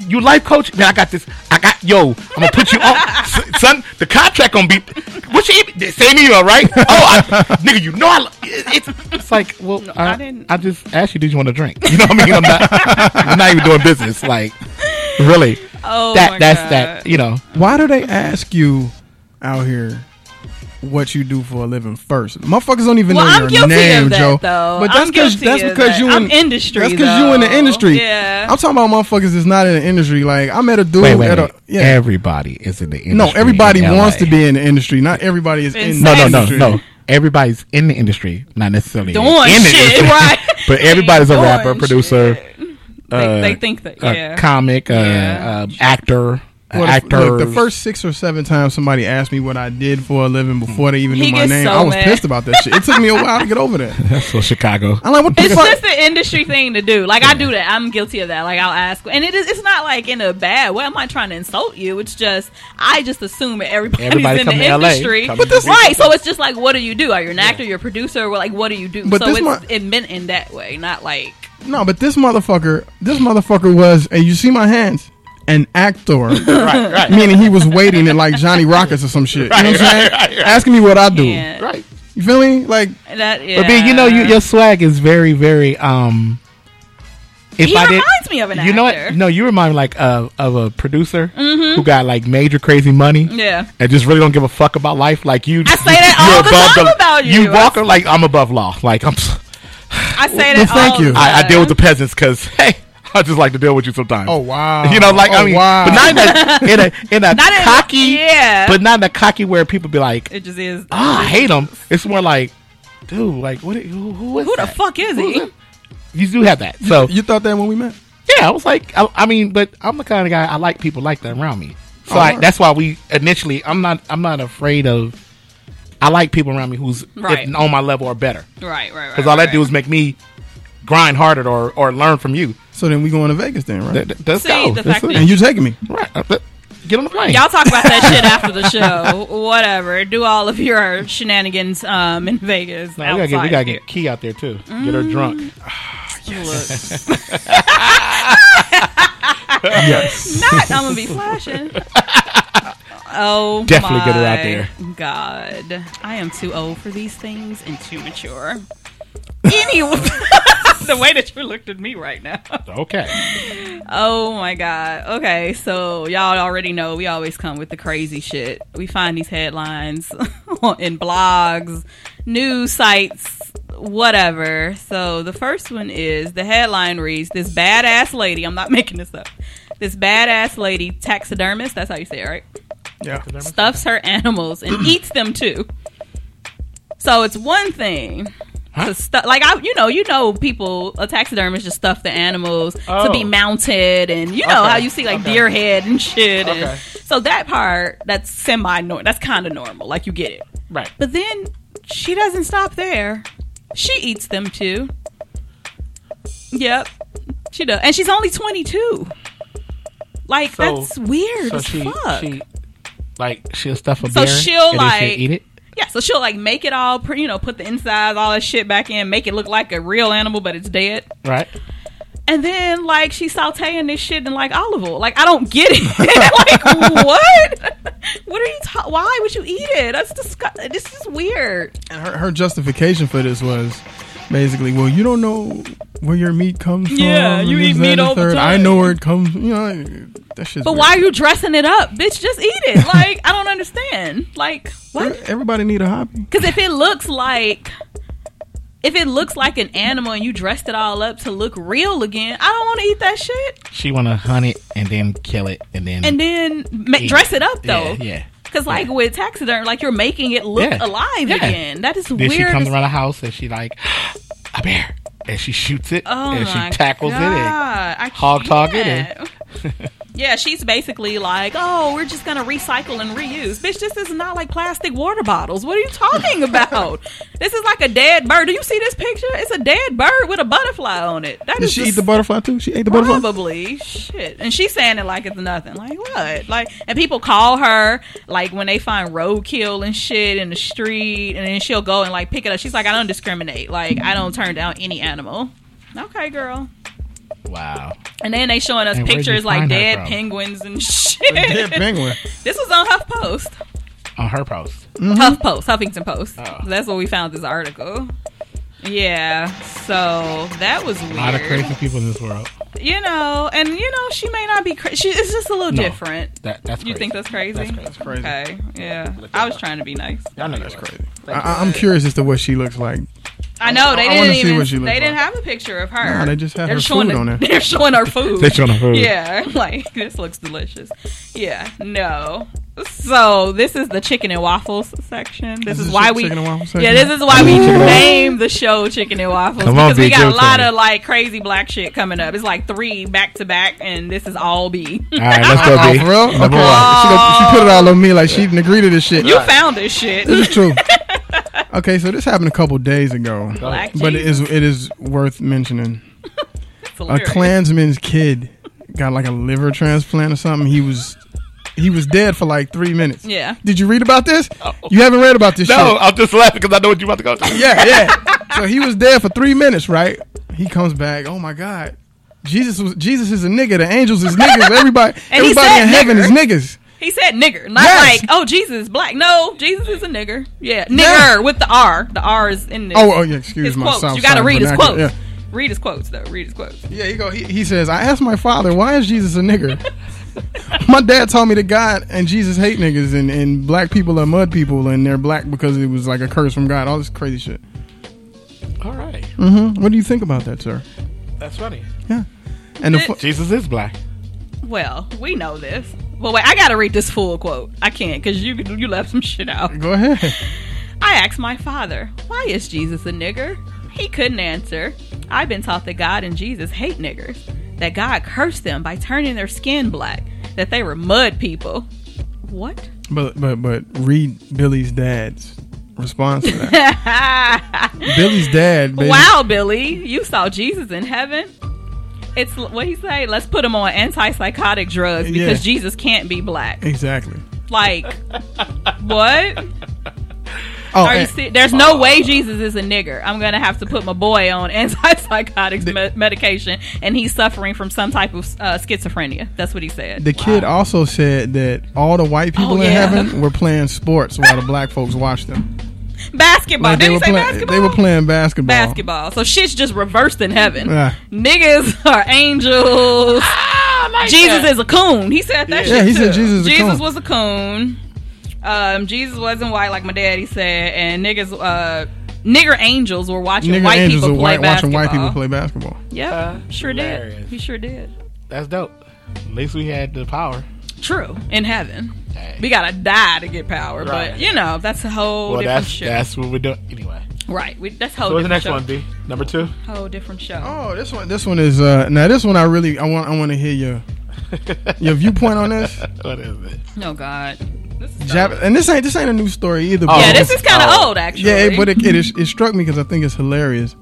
[SPEAKER 4] you life coach? Man, I got this. I got yo. I'm gonna put you on, S- son. The contract gonna be what you the same email, right? Oh, I, nigga, you know I. lo- It's, it's like well, I,
[SPEAKER 2] I didn't-
[SPEAKER 4] I just asked you, did you want a drink? You know what I mean? I'm not. I'm not even doing business. Like really,
[SPEAKER 2] oh my
[SPEAKER 4] that that's
[SPEAKER 2] God.
[SPEAKER 4] that. You know,
[SPEAKER 3] Why do they ask you out here what you do for a living first? Motherfuckers don't even
[SPEAKER 2] Well,
[SPEAKER 3] know
[SPEAKER 2] I'm
[SPEAKER 3] your
[SPEAKER 2] guilty
[SPEAKER 3] name,
[SPEAKER 2] of that,
[SPEAKER 3] Joe.
[SPEAKER 2] though.
[SPEAKER 3] But
[SPEAKER 2] I'm
[SPEAKER 3] that's because
[SPEAKER 2] guilty
[SPEAKER 3] that's
[SPEAKER 2] of
[SPEAKER 3] because
[SPEAKER 2] that.
[SPEAKER 3] you
[SPEAKER 2] I'm
[SPEAKER 3] in
[SPEAKER 2] industry,
[SPEAKER 3] That's you in the
[SPEAKER 2] though.
[SPEAKER 3] industry.
[SPEAKER 2] Yeah.
[SPEAKER 3] I'm talking about motherfuckers that's not in the industry. Like I met a dude
[SPEAKER 4] wait, wait,
[SPEAKER 3] at
[SPEAKER 4] wait.
[SPEAKER 3] a yeah.
[SPEAKER 4] Everybody is in the industry.
[SPEAKER 3] no, everybody
[SPEAKER 4] in
[SPEAKER 3] wants
[SPEAKER 4] LA.
[SPEAKER 3] to be in the industry. Not everybody is in.
[SPEAKER 4] No, no,
[SPEAKER 3] the
[SPEAKER 4] no,
[SPEAKER 3] industry.
[SPEAKER 4] no. Everybody's in the industry, not necessarily
[SPEAKER 2] doing
[SPEAKER 4] in the
[SPEAKER 2] shit,
[SPEAKER 4] industry.
[SPEAKER 2] right?
[SPEAKER 4] But everybody's a
[SPEAKER 2] Doing
[SPEAKER 4] rapper,
[SPEAKER 2] shit.
[SPEAKER 4] producer,
[SPEAKER 2] They,
[SPEAKER 4] uh,
[SPEAKER 2] they think that,
[SPEAKER 4] a
[SPEAKER 2] yeah.
[SPEAKER 4] comic, uh,
[SPEAKER 2] Yeah.
[SPEAKER 4] uh, actor,
[SPEAKER 3] Well, the-
[SPEAKER 4] actor.
[SPEAKER 3] look, the first six or seven times somebody asked me what I did for a living before they even
[SPEAKER 2] He
[SPEAKER 3] knew my
[SPEAKER 2] gets
[SPEAKER 3] name,
[SPEAKER 2] so
[SPEAKER 3] I was
[SPEAKER 2] mad.
[SPEAKER 3] pissed about that shit. It took me a while to get over that.
[SPEAKER 4] so Chicago.
[SPEAKER 3] I'm like, what the
[SPEAKER 2] it's
[SPEAKER 3] fuck?
[SPEAKER 2] just the industry thing to do. Like I do that. I'm guilty of that. Like I'll ask, and it is. It's not like in a bad way. I'm not trying to insult you. It's just I just assume that everybody's
[SPEAKER 4] Everybody
[SPEAKER 2] in
[SPEAKER 4] come
[SPEAKER 2] the
[SPEAKER 4] to LA,
[SPEAKER 2] industry.
[SPEAKER 4] come But to this-
[SPEAKER 2] right. So it's just like, what do you do? Are you an actor? You're a producer? Well, like, what do you do?
[SPEAKER 3] But
[SPEAKER 2] so
[SPEAKER 3] this
[SPEAKER 2] it's
[SPEAKER 3] mon-
[SPEAKER 2] it meant in that way, not like
[SPEAKER 3] No, but this motherfucker, this motherfucker was, and you see my hands. an actor.
[SPEAKER 4] Right, right,
[SPEAKER 3] Meaning he was waiting at like Johnny Rockets or some shit. You know what I'm
[SPEAKER 4] Right,
[SPEAKER 3] saying?
[SPEAKER 4] right, right, right.
[SPEAKER 3] Asking me what I do.
[SPEAKER 2] Yeah.
[SPEAKER 4] right.
[SPEAKER 3] You feel me? Like
[SPEAKER 2] That, yeah.
[SPEAKER 4] But B, you know, you, your swag is very, very. um if
[SPEAKER 2] He
[SPEAKER 4] I did-
[SPEAKER 2] reminds me of an
[SPEAKER 4] you know what?
[SPEAKER 2] actor. Mm-hmm.
[SPEAKER 4] No, you remind me like of of a producer who got like major crazy money
[SPEAKER 2] Yeah.
[SPEAKER 4] and just really don't give a fuck about life. Like you,
[SPEAKER 2] I say that all the time about you.
[SPEAKER 4] You walk like I'm above law. Like I'm,
[SPEAKER 2] I say
[SPEAKER 3] Well,
[SPEAKER 2] that.
[SPEAKER 3] thank
[SPEAKER 2] all
[SPEAKER 3] you.
[SPEAKER 2] the
[SPEAKER 4] I, I deal with
[SPEAKER 2] time.
[SPEAKER 4] the peasants because hey, I just like to deal with you sometimes.
[SPEAKER 3] Oh wow.
[SPEAKER 4] You know, like
[SPEAKER 3] oh,
[SPEAKER 4] I mean,
[SPEAKER 3] wow.
[SPEAKER 4] but not in a in a, in a
[SPEAKER 2] Not in-
[SPEAKER 4] cocky,
[SPEAKER 2] yeah.
[SPEAKER 4] but not in a cocky where people be like,
[SPEAKER 2] It just is.
[SPEAKER 4] ah, I hate him. It's more like, dude, like what? Who, who is
[SPEAKER 2] Who the
[SPEAKER 4] that?
[SPEAKER 2] fuck is he?
[SPEAKER 4] You do have that. So
[SPEAKER 3] you thought that when we met?
[SPEAKER 4] yeah, I was like, I, I mean, but I'm the kind of guy I like people like that around me. So
[SPEAKER 3] Oh,
[SPEAKER 4] I,
[SPEAKER 3] alright.
[SPEAKER 4] that's why we initially. I'm not. I'm not afraid of. I like people around me who's if
[SPEAKER 2] Right.
[SPEAKER 4] on my level or better.
[SPEAKER 2] Right, right, right.
[SPEAKER 4] Because all
[SPEAKER 2] right.
[SPEAKER 4] that do is make me grind harder or, or learn from you.
[SPEAKER 3] So then we going to Vegas then, right?
[SPEAKER 4] Th- th- Let's
[SPEAKER 2] See,
[SPEAKER 4] go.
[SPEAKER 2] the
[SPEAKER 4] Let's
[SPEAKER 2] fact
[SPEAKER 4] do
[SPEAKER 2] that-
[SPEAKER 4] it.
[SPEAKER 3] and you taking me.
[SPEAKER 4] Right. Uh, th- Get on the plane.
[SPEAKER 2] Y'all talk about that shit after the show. Whatever. Do all of your shenanigans um, in Vegas.
[SPEAKER 4] No, we gotta get, we
[SPEAKER 2] outside Mm.
[SPEAKER 4] gotta
[SPEAKER 2] here.
[SPEAKER 4] get Key out there too. Get her drunk.
[SPEAKER 3] Yes.
[SPEAKER 2] Not, I'm gonna be flashing. Oh,
[SPEAKER 4] Definitely get her
[SPEAKER 2] my
[SPEAKER 4] out there.
[SPEAKER 2] God, I am too old for these things and too mature. Anyway, the way that you looked at me right now.
[SPEAKER 4] Okay.
[SPEAKER 2] Oh my God. Okay, so y'all already know we always come with the crazy shit. We find these headlines in blogs, news sites, whatever. So the first one is the headline reads This badass lady, I'm not making this up. This badass lady, taxidermist, that's how you say it, right?
[SPEAKER 3] Yeah.
[SPEAKER 2] Stuffs her animals and eats them too. So it's one thing to stuff like I, you know, you know, people a taxidermist just stuff the animals to be
[SPEAKER 4] Oh.
[SPEAKER 2] mounted, and you know
[SPEAKER 4] Okay,
[SPEAKER 2] how you see like
[SPEAKER 4] okay.
[SPEAKER 2] deer head and shit,
[SPEAKER 4] Okay.
[SPEAKER 2] and so that part that's semi normal, that's kind of normal, like you get it.
[SPEAKER 4] Right.
[SPEAKER 2] But then she doesn't stop there; she eats them too. Yep, she does, and she's only twenty two. Like
[SPEAKER 4] So-
[SPEAKER 2] that's weird
[SPEAKER 4] So
[SPEAKER 2] as
[SPEAKER 4] she,
[SPEAKER 2] fuck.
[SPEAKER 4] she like she'll stuff a
[SPEAKER 2] So
[SPEAKER 4] bear
[SPEAKER 2] she'll,
[SPEAKER 4] and then
[SPEAKER 2] like-
[SPEAKER 4] she'll eat it.
[SPEAKER 2] Yeah, so she'll like make it all, pre- you know, put the insides, all that shit back in, make it look like a real animal, but it's dead.
[SPEAKER 4] Right.
[SPEAKER 2] And then like she's sauteing this shit in like olive oil. Like I don't get it. like what? what are you? Ta- why would you eat it? That's disgusting. This is weird.
[SPEAKER 3] And her, her justification for this was basically, well, you don't know where your meat comes from.
[SPEAKER 2] Yeah,
[SPEAKER 3] and
[SPEAKER 2] you
[SPEAKER 3] this,
[SPEAKER 2] eat
[SPEAKER 3] that,
[SPEAKER 2] meat
[SPEAKER 3] and the
[SPEAKER 2] all the
[SPEAKER 3] third. I
[SPEAKER 2] time.
[SPEAKER 3] know where it comes. You know that shit's
[SPEAKER 2] But
[SPEAKER 3] weird.
[SPEAKER 2] why are you dressing it up, bitch? Just eat it. Like I don't understand. Like what?
[SPEAKER 3] Everybody need a hobby.
[SPEAKER 2] Because if it looks like if it looks like an animal and you dressed it all up to look real again, I don't want to eat that shit.
[SPEAKER 4] She wanna hunt it and then kill it and then
[SPEAKER 2] and then ma-
[SPEAKER 4] eat
[SPEAKER 2] dress it up though.
[SPEAKER 4] Yeah. yeah.
[SPEAKER 2] Cause like with taxiderm, like you're making it look
[SPEAKER 4] Yeah.
[SPEAKER 2] alive
[SPEAKER 4] Yeah.
[SPEAKER 2] again. That is
[SPEAKER 4] Then
[SPEAKER 2] weird.
[SPEAKER 4] she comes
[SPEAKER 2] as-
[SPEAKER 4] around the house and she like a bear. And she shoots it
[SPEAKER 2] oh
[SPEAKER 4] and
[SPEAKER 2] my
[SPEAKER 4] she tackles
[SPEAKER 2] God.
[SPEAKER 4] it.
[SPEAKER 2] I
[SPEAKER 4] hog
[SPEAKER 2] can't.
[SPEAKER 4] tog it in.
[SPEAKER 2] yeah, she's basically like, oh, we're just gonna recycle and reuse, bitch. This is not like plastic water bottles. What are you talking about? this is like a dead bird. Do you see this picture? It's a dead bird with a butterfly on it. That
[SPEAKER 3] Did
[SPEAKER 2] is
[SPEAKER 3] she
[SPEAKER 2] just
[SPEAKER 3] eat the butterfly too? She ate the butterfly.
[SPEAKER 2] Probably shit, and she's saying it like it's nothing. Like what? Like, and people call her like when they find roadkill and shit in the street, and then she'll go and like pick it up. She's like, I don't discriminate. Like, I don't turn down any animal. Okay, girl.
[SPEAKER 4] And wow.
[SPEAKER 2] And then they showing us
[SPEAKER 4] And where'd you
[SPEAKER 2] pictures like
[SPEAKER 4] find her
[SPEAKER 2] dead
[SPEAKER 4] from?
[SPEAKER 2] penguins and
[SPEAKER 3] Dead
[SPEAKER 2] shit.
[SPEAKER 3] penguin.
[SPEAKER 2] this was on HuffPost,
[SPEAKER 4] On her post.
[SPEAKER 2] HuffPost, Huffington Post.
[SPEAKER 4] Mm-hmm. Oh.
[SPEAKER 2] That's where we found this article. Yeah, so that was weird.
[SPEAKER 4] A lot of crazy people in this world.
[SPEAKER 2] you know, and you know, she may not be. Cra- she it's just a little
[SPEAKER 4] No.
[SPEAKER 2] different.
[SPEAKER 4] That that's
[SPEAKER 2] You
[SPEAKER 4] crazy.
[SPEAKER 2] think that's crazy?
[SPEAKER 4] That's crazy.
[SPEAKER 3] Crazy.
[SPEAKER 2] Okay, yeah. I was trying to be nice.
[SPEAKER 4] I know that's
[SPEAKER 3] Crazy. I, I'm curious as to what she looks like.
[SPEAKER 2] I know they
[SPEAKER 3] I wanna
[SPEAKER 2] didn't
[SPEAKER 3] see
[SPEAKER 2] even.
[SPEAKER 3] what she
[SPEAKER 2] They
[SPEAKER 3] looks
[SPEAKER 2] didn't
[SPEAKER 3] like.
[SPEAKER 2] have a picture of her.
[SPEAKER 3] No, they just had
[SPEAKER 2] They're
[SPEAKER 3] her
[SPEAKER 2] showing
[SPEAKER 3] food on there.
[SPEAKER 2] They're showing her food.
[SPEAKER 4] They showing her food.
[SPEAKER 2] Yeah, like this looks delicious. Yeah, no. So this is the chicken and waffles section. This,
[SPEAKER 3] This
[SPEAKER 2] is,
[SPEAKER 3] is
[SPEAKER 2] why
[SPEAKER 3] chick-
[SPEAKER 2] we.
[SPEAKER 3] chicken and waffle
[SPEAKER 2] yeah,
[SPEAKER 3] section?
[SPEAKER 2] this is why we name the show chicken and waffles
[SPEAKER 4] Come on,
[SPEAKER 2] because we
[SPEAKER 4] B, give
[SPEAKER 2] got
[SPEAKER 4] it
[SPEAKER 2] a
[SPEAKER 4] to
[SPEAKER 2] lot
[SPEAKER 4] me.
[SPEAKER 2] of like crazy black shit coming up. It's like three back to back, and this is all B.
[SPEAKER 4] All right, let's go,
[SPEAKER 3] Oh,
[SPEAKER 4] B.
[SPEAKER 3] for real? Okay. She,
[SPEAKER 4] Number one.
[SPEAKER 3] go- she put it all on me like she didn't agree to this shit.
[SPEAKER 2] You found this shit.
[SPEAKER 3] This is true. okay, so this happened a couple days ago,
[SPEAKER 2] Black
[SPEAKER 3] but it is it is worth mentioning.
[SPEAKER 2] It's
[SPEAKER 3] a
[SPEAKER 2] hilarious.
[SPEAKER 3] Klansman's kid got like a liver transplant or something. He was he was dead for like three minutes.
[SPEAKER 2] Yeah. Oh.
[SPEAKER 3] Did you read about this? You haven't read about this
[SPEAKER 4] No,
[SPEAKER 3] shit.
[SPEAKER 4] I'm just laughing because I know what you're about to go through.
[SPEAKER 3] Yeah, yeah. so he was dead for three minutes, right? He comes back. Oh my god. Jesus was Jesus is a nigga. The angels is niggas. Everybody,
[SPEAKER 2] And he
[SPEAKER 3] everybody
[SPEAKER 2] said
[SPEAKER 3] in heaven is
[SPEAKER 2] nigger.
[SPEAKER 3] niggas.
[SPEAKER 2] He said nigger, not
[SPEAKER 3] Yes.
[SPEAKER 2] like, oh, Jesus is black. No, Jesus is a nigger. Yeah, nigger
[SPEAKER 3] Yeah.
[SPEAKER 2] with the R. The R is in this.
[SPEAKER 3] Oh, oh yeah. Excuse
[SPEAKER 2] his
[SPEAKER 3] my
[SPEAKER 2] quotes.
[SPEAKER 3] South
[SPEAKER 2] You got to
[SPEAKER 3] Side
[SPEAKER 2] read his quotes.
[SPEAKER 3] vernacular. Yeah.
[SPEAKER 2] Read his quotes, though. Read his quotes.
[SPEAKER 3] Yeah, he go. He, he says, "I asked my father, why is Jesus a nigger?" my dad told me that God and Jesus hate niggas, and, and black people are mud people, and they're black because it was like a curse from God. All this crazy shit.
[SPEAKER 4] All right.
[SPEAKER 3] Mm-hmm. What do you think about that, sir?
[SPEAKER 4] That's funny.
[SPEAKER 3] Yeah. And the fu-
[SPEAKER 1] Jesus is black.
[SPEAKER 2] Well, we know this. But wait, I got to read this full quote. I can't because you, you left some shit out.
[SPEAKER 3] go ahead.
[SPEAKER 2] I asked my father, why is Jesus a nigger? He couldn't answer. I've been taught that God and Jesus hate niggers, that God cursed them by turning their skin black, that they were mud people. What?
[SPEAKER 3] But but but read Billy's dad's response to that. Billy's dad. Baby,
[SPEAKER 2] Wow, Billy, you saw Jesus in heaven. It's what he say. Let's put him on antipsychotic drugs because
[SPEAKER 3] Yeah.
[SPEAKER 2] Jesus can't be black.
[SPEAKER 3] Exactly.
[SPEAKER 2] Like, what?
[SPEAKER 3] Oh,
[SPEAKER 2] Are you
[SPEAKER 3] and-
[SPEAKER 2] see- There's no way Jesus is a nigger. I'm gonna have to put my boy on antipsychotics me- medication, and he's suffering from some type of uh, schizophrenia. That's what he said.
[SPEAKER 3] The kid also said that all the white people
[SPEAKER 2] Oh,
[SPEAKER 3] in
[SPEAKER 2] yeah.
[SPEAKER 3] heaven were playing sports while the black folks watched them.
[SPEAKER 2] basketball.
[SPEAKER 3] Like
[SPEAKER 2] Did he
[SPEAKER 3] were
[SPEAKER 2] say
[SPEAKER 3] play-
[SPEAKER 2] basketball?
[SPEAKER 3] they were playing basketball.
[SPEAKER 2] basketball. So shit's just reversed in heaven.
[SPEAKER 3] Yeah.
[SPEAKER 2] Niggas are angels.
[SPEAKER 4] Ah,
[SPEAKER 2] Jesus is a coon. He said that
[SPEAKER 3] Yeah,
[SPEAKER 2] shit.
[SPEAKER 3] he
[SPEAKER 2] too.
[SPEAKER 3] said Jesus is a coon.
[SPEAKER 2] was a coon. Um, Jesus wasn't white like my daddy said, and niggas uh nigger angels were watching
[SPEAKER 3] Nigga
[SPEAKER 2] white
[SPEAKER 3] angels
[SPEAKER 2] people
[SPEAKER 3] are
[SPEAKER 2] play
[SPEAKER 3] white watching
[SPEAKER 2] basketball.
[SPEAKER 3] white people play basketball.
[SPEAKER 2] Yep.
[SPEAKER 4] Uh,
[SPEAKER 2] sure did.
[SPEAKER 4] hilarious.
[SPEAKER 2] He sure did.
[SPEAKER 4] That's dope. At least we had the power.
[SPEAKER 2] True. In heaven.
[SPEAKER 4] Dang.
[SPEAKER 2] We gotta die to get power,
[SPEAKER 4] Right.
[SPEAKER 2] but you know, that's a whole
[SPEAKER 4] Well,
[SPEAKER 2] different
[SPEAKER 4] that's
[SPEAKER 2] show.
[SPEAKER 4] that's what we're doing anyway.
[SPEAKER 2] right. We, that's whole
[SPEAKER 4] So what's the
[SPEAKER 2] different
[SPEAKER 4] next
[SPEAKER 2] show.
[SPEAKER 4] one, B? Number two.
[SPEAKER 2] Whole different show.
[SPEAKER 3] Oh, this one this one is uh now this one I really I want I want to hear your your viewpoint on this.
[SPEAKER 4] what is it?
[SPEAKER 2] Oh God. This is
[SPEAKER 3] Jap- and this ain't this ain't a new story either.
[SPEAKER 4] Oh.
[SPEAKER 2] Yeah,
[SPEAKER 3] but-
[SPEAKER 2] this is kind of
[SPEAKER 4] Oh.
[SPEAKER 2] old, actually.
[SPEAKER 3] Yeah, it, but it, it, is, it struck me because I think it's hilarious.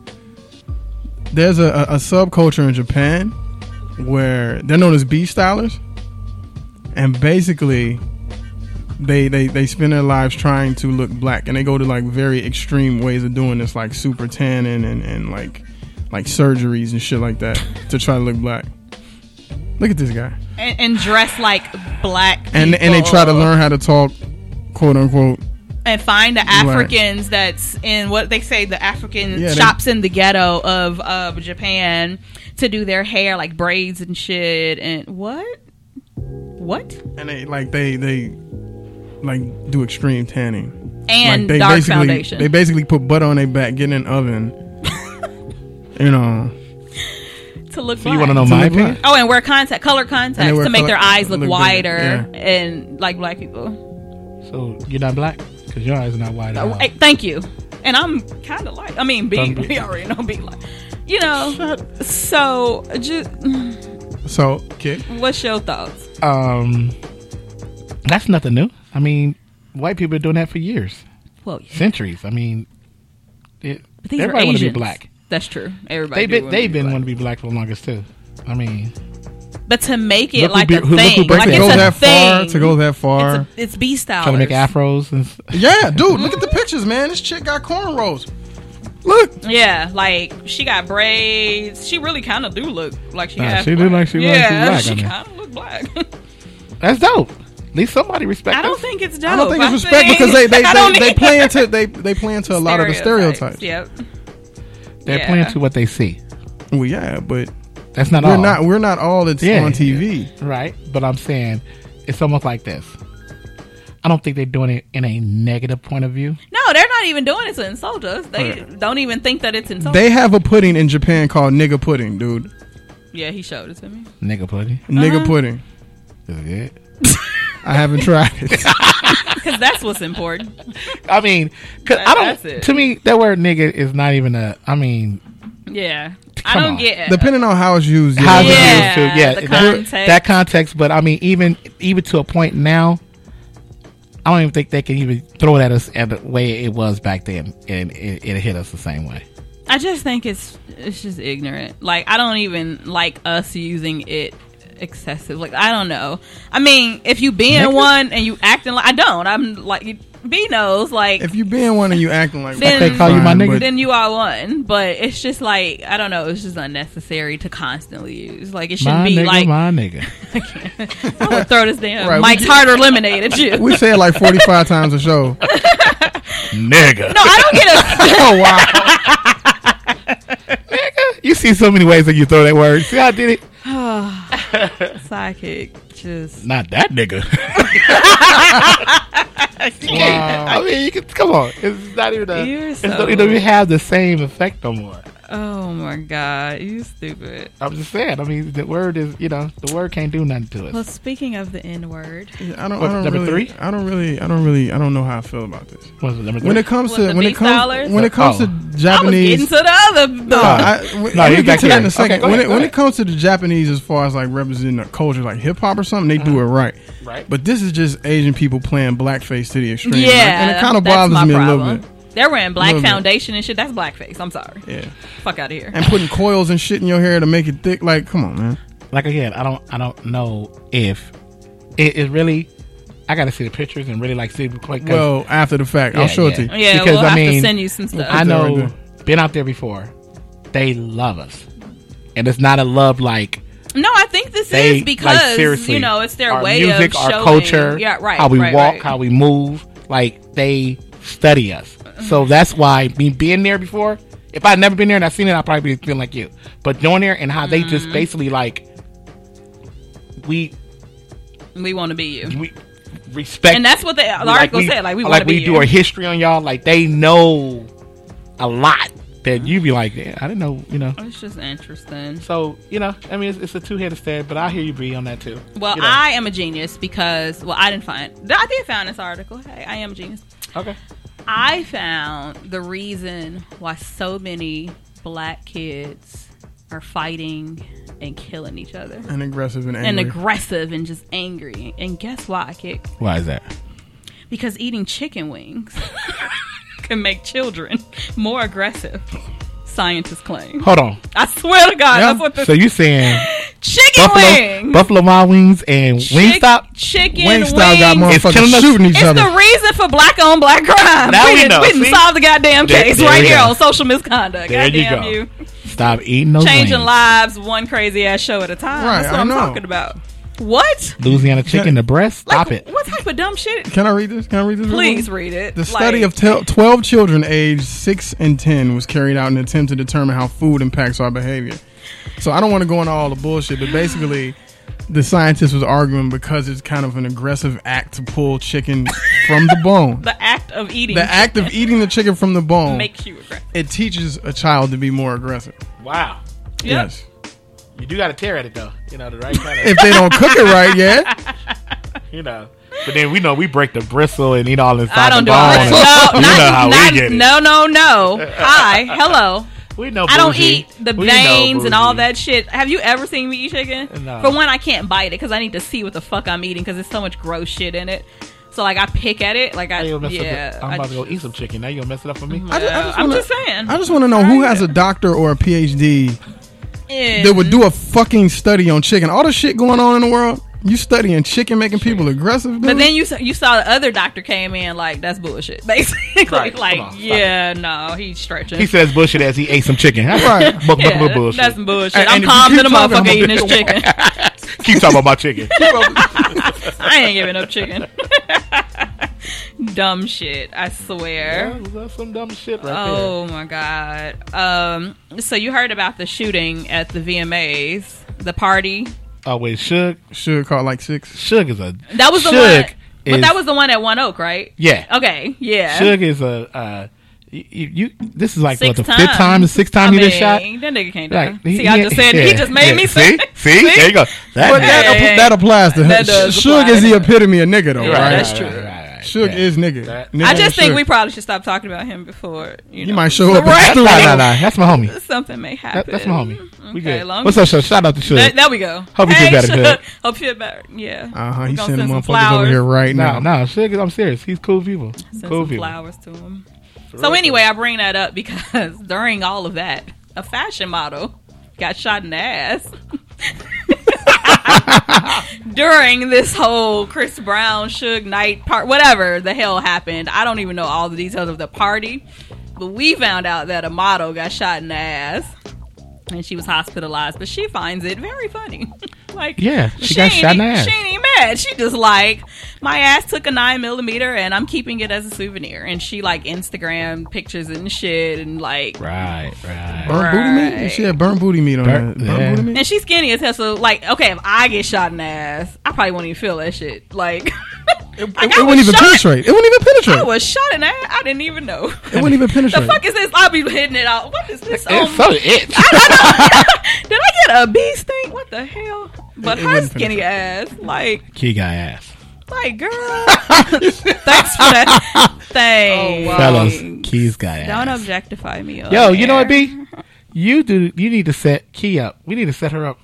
[SPEAKER 3] There's a, a, a subculture in Japan where they're known as B stylers, and basically they, they they spend their lives trying to look black, and they go to like very extreme ways of doing this, like super tanning and, and like like surgeries and shit like that to try to look black. Look at this guy,
[SPEAKER 2] and, and dress like black.
[SPEAKER 3] and and they try to
[SPEAKER 2] people
[SPEAKER 3] learn how to talk, quote unquote.
[SPEAKER 2] and find the Africans that's in what they say the African
[SPEAKER 3] Yeah, they-
[SPEAKER 2] shops in the ghetto of of Japan to do their hair like braids and shit. And what? What?
[SPEAKER 3] and they like they they like do extreme tanning
[SPEAKER 2] And
[SPEAKER 3] like they
[SPEAKER 2] dark
[SPEAKER 3] basically
[SPEAKER 2] foundation.
[SPEAKER 3] they basically put butter on their back get in an oven you know
[SPEAKER 2] to look.
[SPEAKER 4] you
[SPEAKER 2] black.
[SPEAKER 4] want to know
[SPEAKER 3] To
[SPEAKER 4] my
[SPEAKER 3] look black.
[SPEAKER 4] opinion?
[SPEAKER 2] Oh, and wear contact, color
[SPEAKER 3] And they
[SPEAKER 2] contacts
[SPEAKER 3] wear
[SPEAKER 2] to make their
[SPEAKER 3] color-
[SPEAKER 2] eyes look,
[SPEAKER 3] look bigger,
[SPEAKER 2] wider and like black people.
[SPEAKER 4] So you're not black because your eyes are not wide
[SPEAKER 2] Oh,
[SPEAKER 4] enough.
[SPEAKER 2] hey, thank you. And I'm kind of like, I mean, be,
[SPEAKER 4] Um, Don't be-
[SPEAKER 2] we already know be like, you know. So, just
[SPEAKER 3] so kid
[SPEAKER 2] what's your thoughts?
[SPEAKER 4] Um, that's nothing new. I mean, white people are doing that for years,
[SPEAKER 2] Well, yeah.
[SPEAKER 4] centuries. I mean, it,
[SPEAKER 2] But these
[SPEAKER 4] everybody
[SPEAKER 2] are
[SPEAKER 4] want to be
[SPEAKER 2] Asians.
[SPEAKER 4] black.
[SPEAKER 2] That's true. Everybody.
[SPEAKER 4] They've
[SPEAKER 2] do
[SPEAKER 4] been
[SPEAKER 2] wanna be
[SPEAKER 4] they've been
[SPEAKER 2] black.
[SPEAKER 4] want to be black for the longest too. I mean,
[SPEAKER 2] But to make it
[SPEAKER 4] Look who
[SPEAKER 2] like
[SPEAKER 4] be-
[SPEAKER 2] a
[SPEAKER 4] who- look who
[SPEAKER 2] thing,
[SPEAKER 4] breaks
[SPEAKER 2] like
[SPEAKER 4] it.
[SPEAKER 3] to
[SPEAKER 2] it's
[SPEAKER 3] go
[SPEAKER 2] a
[SPEAKER 3] that far
[SPEAKER 2] thing.
[SPEAKER 3] to go that far
[SPEAKER 2] It's, a, it's B style.
[SPEAKER 4] trying to make afros and s-
[SPEAKER 3] yeah dude look at the pictures man this chick got cornrows look
[SPEAKER 2] Yeah, like she got braids. She really kind of do look like she.
[SPEAKER 4] Nah,
[SPEAKER 2] half
[SPEAKER 4] she look
[SPEAKER 2] black.
[SPEAKER 4] like she really
[SPEAKER 2] yeah,
[SPEAKER 4] black, I
[SPEAKER 2] she
[SPEAKER 4] mean.
[SPEAKER 2] kind of look black.
[SPEAKER 4] that's dope. At least somebody respect.
[SPEAKER 2] I don't
[SPEAKER 4] us.
[SPEAKER 2] think it's dope.
[SPEAKER 3] I don't think it's respect because they they, they, they play into they they play into a lot of the stereotypes.
[SPEAKER 2] Yep.
[SPEAKER 4] they're
[SPEAKER 2] yeah.
[SPEAKER 4] playing to what they see.
[SPEAKER 3] Well, yeah, but
[SPEAKER 4] That's not
[SPEAKER 3] we're
[SPEAKER 4] all.
[SPEAKER 3] not we're not all that's
[SPEAKER 4] Yeah.
[SPEAKER 3] on TV.
[SPEAKER 4] right? But I'm saying it's almost like this. I don't think they're doing it in a negative point of view.
[SPEAKER 2] No, they're not even doing it to insult us. They don't even think that it's insulting.
[SPEAKER 3] They have a pudding in Japan called nigga pudding, dude.
[SPEAKER 2] yeah, he showed it to me.
[SPEAKER 4] Nigga pudding.
[SPEAKER 2] Uh-huh.
[SPEAKER 3] Nigga pudding.
[SPEAKER 4] Is it good?
[SPEAKER 3] I haven't tried it.
[SPEAKER 2] Because that's what's important.
[SPEAKER 4] I mean, 'cause
[SPEAKER 2] That-
[SPEAKER 4] I
[SPEAKER 2] that's it.
[SPEAKER 4] don't. To me, that word "nigga" is not even a. I mean,
[SPEAKER 2] Yeah. I
[SPEAKER 4] Come
[SPEAKER 2] don't
[SPEAKER 4] on.
[SPEAKER 2] get it.
[SPEAKER 3] Depending on how it's used, yeah.
[SPEAKER 4] how
[SPEAKER 2] Yeah.
[SPEAKER 4] yeah, used to, yeah,
[SPEAKER 2] the
[SPEAKER 4] that,
[SPEAKER 2] context.
[SPEAKER 4] that context. But I mean, even even to a point now, I don't even think they can even throw it at us at the way it was back then, and it, it hit us the same way.
[SPEAKER 2] I just think it's it's just ignorant. Like I don't even like us using it excessive. Like I don't know. I mean, if you being
[SPEAKER 4] Nigga?
[SPEAKER 2] one and you acting like I don't, I'm like you- B knows, like
[SPEAKER 3] If you being one and you acting like
[SPEAKER 2] Then-
[SPEAKER 3] one,
[SPEAKER 2] They call you
[SPEAKER 3] fine,
[SPEAKER 4] my nigga.
[SPEAKER 3] but
[SPEAKER 2] then you are one. But it's just like I don't know. It's just unnecessary to constantly use. Like it shouldn't
[SPEAKER 4] My
[SPEAKER 2] be
[SPEAKER 4] nigga,
[SPEAKER 2] like
[SPEAKER 4] my nigga.
[SPEAKER 2] I would throw this damn
[SPEAKER 3] Right, we
[SPEAKER 2] Mike's
[SPEAKER 3] did-
[SPEAKER 2] harder lemonade at you.
[SPEAKER 3] we say it like forty five times a show.
[SPEAKER 4] nigga.
[SPEAKER 2] no, I don't get it.
[SPEAKER 3] Oh wow!
[SPEAKER 4] You see so many ways that you throw that word. See how I did it?
[SPEAKER 2] Sidekick, just
[SPEAKER 4] Not that nigga.
[SPEAKER 3] Wow.
[SPEAKER 4] I mean, you can come on. It's not even a.
[SPEAKER 2] You're
[SPEAKER 4] it's
[SPEAKER 2] so-
[SPEAKER 4] not- it don't even have the same effect no more.
[SPEAKER 2] oh my god, you stupid.
[SPEAKER 4] I'm just saying. I mean, the word is you know the word can't do nothing to us.
[SPEAKER 2] Well, speaking of the N word,
[SPEAKER 3] I don't.
[SPEAKER 4] What,
[SPEAKER 3] I don't
[SPEAKER 4] number
[SPEAKER 3] really,
[SPEAKER 4] three?
[SPEAKER 3] I don't really. I don't really. I don't know how I feel about this.
[SPEAKER 4] What's it, number
[SPEAKER 3] When
[SPEAKER 4] three?
[SPEAKER 3] it comes
[SPEAKER 2] What,
[SPEAKER 3] to
[SPEAKER 2] the
[SPEAKER 3] when it
[SPEAKER 2] beef
[SPEAKER 3] comes
[SPEAKER 2] dollars?
[SPEAKER 3] when it comes
[SPEAKER 4] Oh.
[SPEAKER 3] to
[SPEAKER 2] I was getting
[SPEAKER 3] Japanese.
[SPEAKER 2] to the other.
[SPEAKER 3] No,
[SPEAKER 2] the-
[SPEAKER 3] I, when,
[SPEAKER 4] No,
[SPEAKER 3] I'm
[SPEAKER 4] you
[SPEAKER 3] gonna
[SPEAKER 4] back
[SPEAKER 3] get to that in
[SPEAKER 4] here.
[SPEAKER 3] a second.
[SPEAKER 4] Okay, go
[SPEAKER 3] when
[SPEAKER 4] ahead,
[SPEAKER 3] it,
[SPEAKER 4] go
[SPEAKER 3] when
[SPEAKER 4] ahead.
[SPEAKER 3] it comes to the Japanese, as far as like representing the culture, like hip hop or something, they do it right.
[SPEAKER 4] Uh-huh. Right.
[SPEAKER 3] But this is just Asian people playing blackface to the extreme.
[SPEAKER 2] yeah,
[SPEAKER 3] like, and it kind of
[SPEAKER 2] that's
[SPEAKER 3] bothers
[SPEAKER 2] my
[SPEAKER 3] me
[SPEAKER 2] problem.
[SPEAKER 3] a little bit.
[SPEAKER 2] They're wearing black
[SPEAKER 3] Little bit.
[SPEAKER 2] foundation and shit. That's blackface. I'm sorry.
[SPEAKER 3] Yeah.
[SPEAKER 2] Fuck out of here.
[SPEAKER 3] And putting coils and shit in your hair to make it thick. Like, come on, man.
[SPEAKER 4] like again, I don't I don't know if it, it really. I gotta see the pictures and really like see like 'cause
[SPEAKER 3] Well, after the fact,
[SPEAKER 4] Yeah,
[SPEAKER 3] I'll show it to
[SPEAKER 4] yeah.
[SPEAKER 3] you.
[SPEAKER 2] Yeah,
[SPEAKER 4] Because,
[SPEAKER 2] we'll
[SPEAKER 4] I
[SPEAKER 2] have to
[SPEAKER 4] mean,
[SPEAKER 2] send you some stuff.
[SPEAKER 4] I
[SPEAKER 3] Put that
[SPEAKER 4] know
[SPEAKER 3] right
[SPEAKER 4] been out there before. They love us, and it's not a love like
[SPEAKER 2] no, I think this
[SPEAKER 4] they
[SPEAKER 2] is because
[SPEAKER 4] like, seriously,
[SPEAKER 2] you know it's their
[SPEAKER 4] our
[SPEAKER 2] way
[SPEAKER 4] music,
[SPEAKER 2] of
[SPEAKER 4] our
[SPEAKER 2] showing,
[SPEAKER 4] culture,
[SPEAKER 2] Yeah, right.
[SPEAKER 4] How we
[SPEAKER 2] right,
[SPEAKER 4] walk,
[SPEAKER 2] right.
[SPEAKER 4] how we move, like they study us.
[SPEAKER 2] Mm-hmm.
[SPEAKER 4] So that's why me being there before. If I'd never been there and I seen it, I'd probably be feeling like you. But going there and how they just
[SPEAKER 2] Mm-hmm.
[SPEAKER 4] basically like we
[SPEAKER 2] we want to be you.
[SPEAKER 4] we respect
[SPEAKER 2] And that's what they, the
[SPEAKER 4] like
[SPEAKER 2] article
[SPEAKER 4] we-
[SPEAKER 2] said. Like we want
[SPEAKER 4] like
[SPEAKER 2] to be
[SPEAKER 4] we do
[SPEAKER 2] you.
[SPEAKER 4] our history on y'all. Like they know a lot that you be like, yeah, I didn't know, you know.
[SPEAKER 2] It's just interesting.
[SPEAKER 4] So you know, I mean, it's, it's a two headed stand, but I hear you be on that too.
[SPEAKER 2] Well,
[SPEAKER 4] You know.
[SPEAKER 2] I am a genius because well, I didn't find. I did find this article. Hey, I am a genius.
[SPEAKER 4] okay.
[SPEAKER 2] I found the reason why so many black kids are fighting and killing each other
[SPEAKER 3] And aggressive and
[SPEAKER 2] and
[SPEAKER 3] angry.
[SPEAKER 2] aggressive and just angry. And guess why, Kick?
[SPEAKER 4] Why is that?
[SPEAKER 2] Because eating chicken wings can make children more aggressive. Scientists claim.
[SPEAKER 4] Hold on.
[SPEAKER 2] I swear to God,
[SPEAKER 3] Yeah.
[SPEAKER 2] that's what the
[SPEAKER 4] So you saying
[SPEAKER 2] chicken
[SPEAKER 4] Buffalo
[SPEAKER 2] wings.
[SPEAKER 4] Buffalo Wild Wings and
[SPEAKER 2] Chick-
[SPEAKER 4] Wingstop?
[SPEAKER 2] Chicken wings.
[SPEAKER 3] Wingstop got
[SPEAKER 4] It's killing
[SPEAKER 3] motherfuckers
[SPEAKER 4] us.
[SPEAKER 3] shooting each
[SPEAKER 2] It's
[SPEAKER 3] other.
[SPEAKER 2] the reason for black on black crime.
[SPEAKER 4] Now we
[SPEAKER 2] didn't,
[SPEAKER 4] know,
[SPEAKER 2] didn't
[SPEAKER 4] see?
[SPEAKER 2] solve the goddamn
[SPEAKER 4] There-
[SPEAKER 2] case
[SPEAKER 4] there
[SPEAKER 2] right
[SPEAKER 4] we
[SPEAKER 2] here
[SPEAKER 4] go.
[SPEAKER 2] on social misconduct.
[SPEAKER 4] There you
[SPEAKER 2] Goddamn
[SPEAKER 4] go.
[SPEAKER 2] you.
[SPEAKER 4] Stop eating those
[SPEAKER 2] Changing
[SPEAKER 4] wings.
[SPEAKER 2] lives one crazy ass show at a time.
[SPEAKER 3] Oh, Right,
[SPEAKER 2] That's what
[SPEAKER 3] I
[SPEAKER 2] I'm
[SPEAKER 3] know.
[SPEAKER 2] talking about. What?
[SPEAKER 4] Louisiana chicken, the breast. Stop
[SPEAKER 2] like,
[SPEAKER 4] it.
[SPEAKER 2] What type of dumb shit?
[SPEAKER 3] Can I read this? Can I read this? real quick?
[SPEAKER 2] Please read it.
[SPEAKER 3] The study
[SPEAKER 2] Like,
[SPEAKER 3] of tel- 12 children aged 6 and 10 was carried out in an attempt to determine how food impacts our behavior. So I don't want to go into all the bullshit, but basically, the scientist was arguing because it's kind of an aggressive act to pull chicken from the bone.
[SPEAKER 2] the act of eating
[SPEAKER 3] The act of eating the chicken from the bone,
[SPEAKER 2] makes you aggressive.
[SPEAKER 3] it teaches a child to be more aggressive.
[SPEAKER 4] Wow.
[SPEAKER 2] Yep.
[SPEAKER 3] Yes.
[SPEAKER 4] You do got to tear at it though. You know the right kind
[SPEAKER 3] If they don't cook it right, yeah.
[SPEAKER 4] you know. But then we know we break the bristle and eat all inside
[SPEAKER 2] I don't do
[SPEAKER 4] the bone.
[SPEAKER 2] all
[SPEAKER 4] and-
[SPEAKER 2] that. No,
[SPEAKER 4] you
[SPEAKER 2] not,
[SPEAKER 4] know how
[SPEAKER 2] not,
[SPEAKER 4] we get it.
[SPEAKER 2] no, no, no. Hi, hello.
[SPEAKER 4] We know.
[SPEAKER 2] I don't
[SPEAKER 4] bougie.
[SPEAKER 2] eat the
[SPEAKER 4] We know
[SPEAKER 2] veins and all
[SPEAKER 4] bougie.
[SPEAKER 2] that shit. Have you ever seen me eat chicken?
[SPEAKER 4] No.
[SPEAKER 2] For one, I can't bite it because I need to see what the fuck I'm eating because there's so much gross shit in it. So like I pick at it, like I
[SPEAKER 4] Now you gonna mess up
[SPEAKER 2] yeah.
[SPEAKER 4] the- I'm
[SPEAKER 2] I- Mm-hmm.
[SPEAKER 4] about to go eat some chicken. Now you gonna mess it up for me?
[SPEAKER 3] I ju- I just
[SPEAKER 2] I'm
[SPEAKER 3] wanna-
[SPEAKER 2] just saying.
[SPEAKER 3] I just want to know who has a doctor or a PhD
[SPEAKER 2] And-
[SPEAKER 3] They would do a fucking study on chicken. All the shit going on in the world, you studying chicken, making people aggressive. Dude?
[SPEAKER 2] but then you saw, you saw the other doctor came in like that's bullshit basically
[SPEAKER 4] Right, come
[SPEAKER 2] like
[SPEAKER 4] on, stop
[SPEAKER 2] yeah no he's stretching
[SPEAKER 4] He says bullshit as he ate some chicken. That's
[SPEAKER 3] Right.
[SPEAKER 4] Buck, buck,
[SPEAKER 2] yeah,
[SPEAKER 4] buck, bullshit.
[SPEAKER 2] that's some bullshit
[SPEAKER 3] And-
[SPEAKER 2] I'm
[SPEAKER 3] and if
[SPEAKER 2] calm
[SPEAKER 3] you
[SPEAKER 2] to the
[SPEAKER 3] keep talking,
[SPEAKER 2] motherfucker
[SPEAKER 3] I'm
[SPEAKER 2] eating
[SPEAKER 3] gonna-
[SPEAKER 2] this chicken
[SPEAKER 4] Keep talking about my chicken.
[SPEAKER 2] I ain't giving up chicken dumb shit I swear
[SPEAKER 4] that's some dumb shit right
[SPEAKER 2] Oh my god. Um so you heard about the shooting at the VMAs, the party.
[SPEAKER 4] there. Oh wait, Suge.
[SPEAKER 3] should call like six.
[SPEAKER 4] Suge is a
[SPEAKER 2] That was the
[SPEAKER 4] Suge
[SPEAKER 2] one But
[SPEAKER 4] is-
[SPEAKER 2] that was the one at One Oak, right?
[SPEAKER 4] yeah.
[SPEAKER 2] Okay, yeah.
[SPEAKER 4] Suge is a uh, you, you. This is like
[SPEAKER 2] Six
[SPEAKER 4] what, the fifth time, the sixth time
[SPEAKER 2] I
[SPEAKER 4] he
[SPEAKER 2] mean,
[SPEAKER 4] just shot.
[SPEAKER 2] That nigga can't do
[SPEAKER 4] Like
[SPEAKER 2] it. See, I just said he
[SPEAKER 4] yeah,
[SPEAKER 2] just made
[SPEAKER 4] yeah.
[SPEAKER 2] me say
[SPEAKER 4] see. See, there you go. That
[SPEAKER 3] But
[SPEAKER 4] nigga-
[SPEAKER 3] that,
[SPEAKER 2] Yeah.
[SPEAKER 3] app- that applies to him.
[SPEAKER 2] That does
[SPEAKER 3] Suge
[SPEAKER 2] apply
[SPEAKER 3] is
[SPEAKER 2] to
[SPEAKER 3] the
[SPEAKER 2] him.
[SPEAKER 3] epitome of nigga, though, right?
[SPEAKER 4] Right, right,
[SPEAKER 2] that's
[SPEAKER 4] right,
[SPEAKER 2] true.
[SPEAKER 4] right, right, right.
[SPEAKER 3] Suge
[SPEAKER 4] Yeah.
[SPEAKER 3] is nigga.
[SPEAKER 4] That-
[SPEAKER 3] Nigga
[SPEAKER 2] I just
[SPEAKER 3] is
[SPEAKER 2] think
[SPEAKER 3] Suge.
[SPEAKER 2] we probably should stop talking about him before you
[SPEAKER 3] You
[SPEAKER 2] know,
[SPEAKER 3] might show up
[SPEAKER 2] Right.
[SPEAKER 3] at the
[SPEAKER 4] Nah, nah, nah.
[SPEAKER 3] studio.
[SPEAKER 4] That's my homie.
[SPEAKER 2] something may happen.
[SPEAKER 4] That, that's my homie. we
[SPEAKER 2] Okay,
[SPEAKER 4] good.
[SPEAKER 2] long-
[SPEAKER 4] What's up, Suge? Shout out to Suge.
[SPEAKER 2] There, there we go.
[SPEAKER 4] Hope you
[SPEAKER 2] hey,
[SPEAKER 4] get better,
[SPEAKER 2] Suge.
[SPEAKER 4] Suge. Uh-huh,
[SPEAKER 2] Hope you get better. Yeah.
[SPEAKER 3] Uh huh.
[SPEAKER 2] We're
[SPEAKER 3] He's
[SPEAKER 2] gonna
[SPEAKER 3] sending
[SPEAKER 2] some
[SPEAKER 3] motherfuckers over
[SPEAKER 2] flowers.
[SPEAKER 3] here right now.
[SPEAKER 4] No, no, Suge. I'm serious. He's cool people.
[SPEAKER 2] send
[SPEAKER 4] Cool
[SPEAKER 2] some
[SPEAKER 4] people.
[SPEAKER 2] flowers to him. So anyway, I bring that up because during all of that, a fashion model got shot in the ass. during this whole Chris Brown, Suge Knight part, whatever the hell happened. I don't even know all the details of the party, but we found out that a model got shot in the ass. And she was hospitalized, but she finds it very funny. like,
[SPEAKER 4] Yeah, she got
[SPEAKER 2] ain't
[SPEAKER 4] shot in the
[SPEAKER 2] e-
[SPEAKER 4] ass.
[SPEAKER 2] She ain't even mad. She just like, my ass took a nine millimeter, and I'm keeping it as a souvenir. And she like Instagram pictures and shit, and like,
[SPEAKER 4] Right, right.
[SPEAKER 3] Burn booty meat? Yeah,
[SPEAKER 2] Right.
[SPEAKER 3] She had burn booty meat on
[SPEAKER 4] Burn-
[SPEAKER 3] that. Burn
[SPEAKER 4] yeah.
[SPEAKER 3] booty meat?
[SPEAKER 2] And she's skinny as hell, so like, okay, if I get shot in the ass, I probably won't even feel that shit. Like,
[SPEAKER 3] It,
[SPEAKER 2] like,
[SPEAKER 3] it
[SPEAKER 2] I
[SPEAKER 3] wouldn't
[SPEAKER 2] was
[SPEAKER 3] even
[SPEAKER 2] shot-
[SPEAKER 3] penetrate. It wouldn't even penetrate.
[SPEAKER 2] I was shot in the ass. I didn't even know.
[SPEAKER 3] it wouldn't even
[SPEAKER 2] the
[SPEAKER 3] penetrate.
[SPEAKER 2] fuck is this? I'll be hitting it out. What is this?
[SPEAKER 4] It's
[SPEAKER 2] Um,
[SPEAKER 4] so it.
[SPEAKER 2] did I get a bee sting? What the hell? But
[SPEAKER 3] It- it
[SPEAKER 2] her
[SPEAKER 3] wouldn't
[SPEAKER 2] skinny ass, like,
[SPEAKER 4] Key guy ass.
[SPEAKER 2] like girl. Thanks for
[SPEAKER 4] Oh,
[SPEAKER 2] that. Thanks.
[SPEAKER 4] Fellas, Key's guy
[SPEAKER 2] Don't
[SPEAKER 4] ass.
[SPEAKER 2] objectify me. on
[SPEAKER 4] Yo, you know what,
[SPEAKER 2] air.
[SPEAKER 4] B? You do. You need to set Key up. We need to set her up.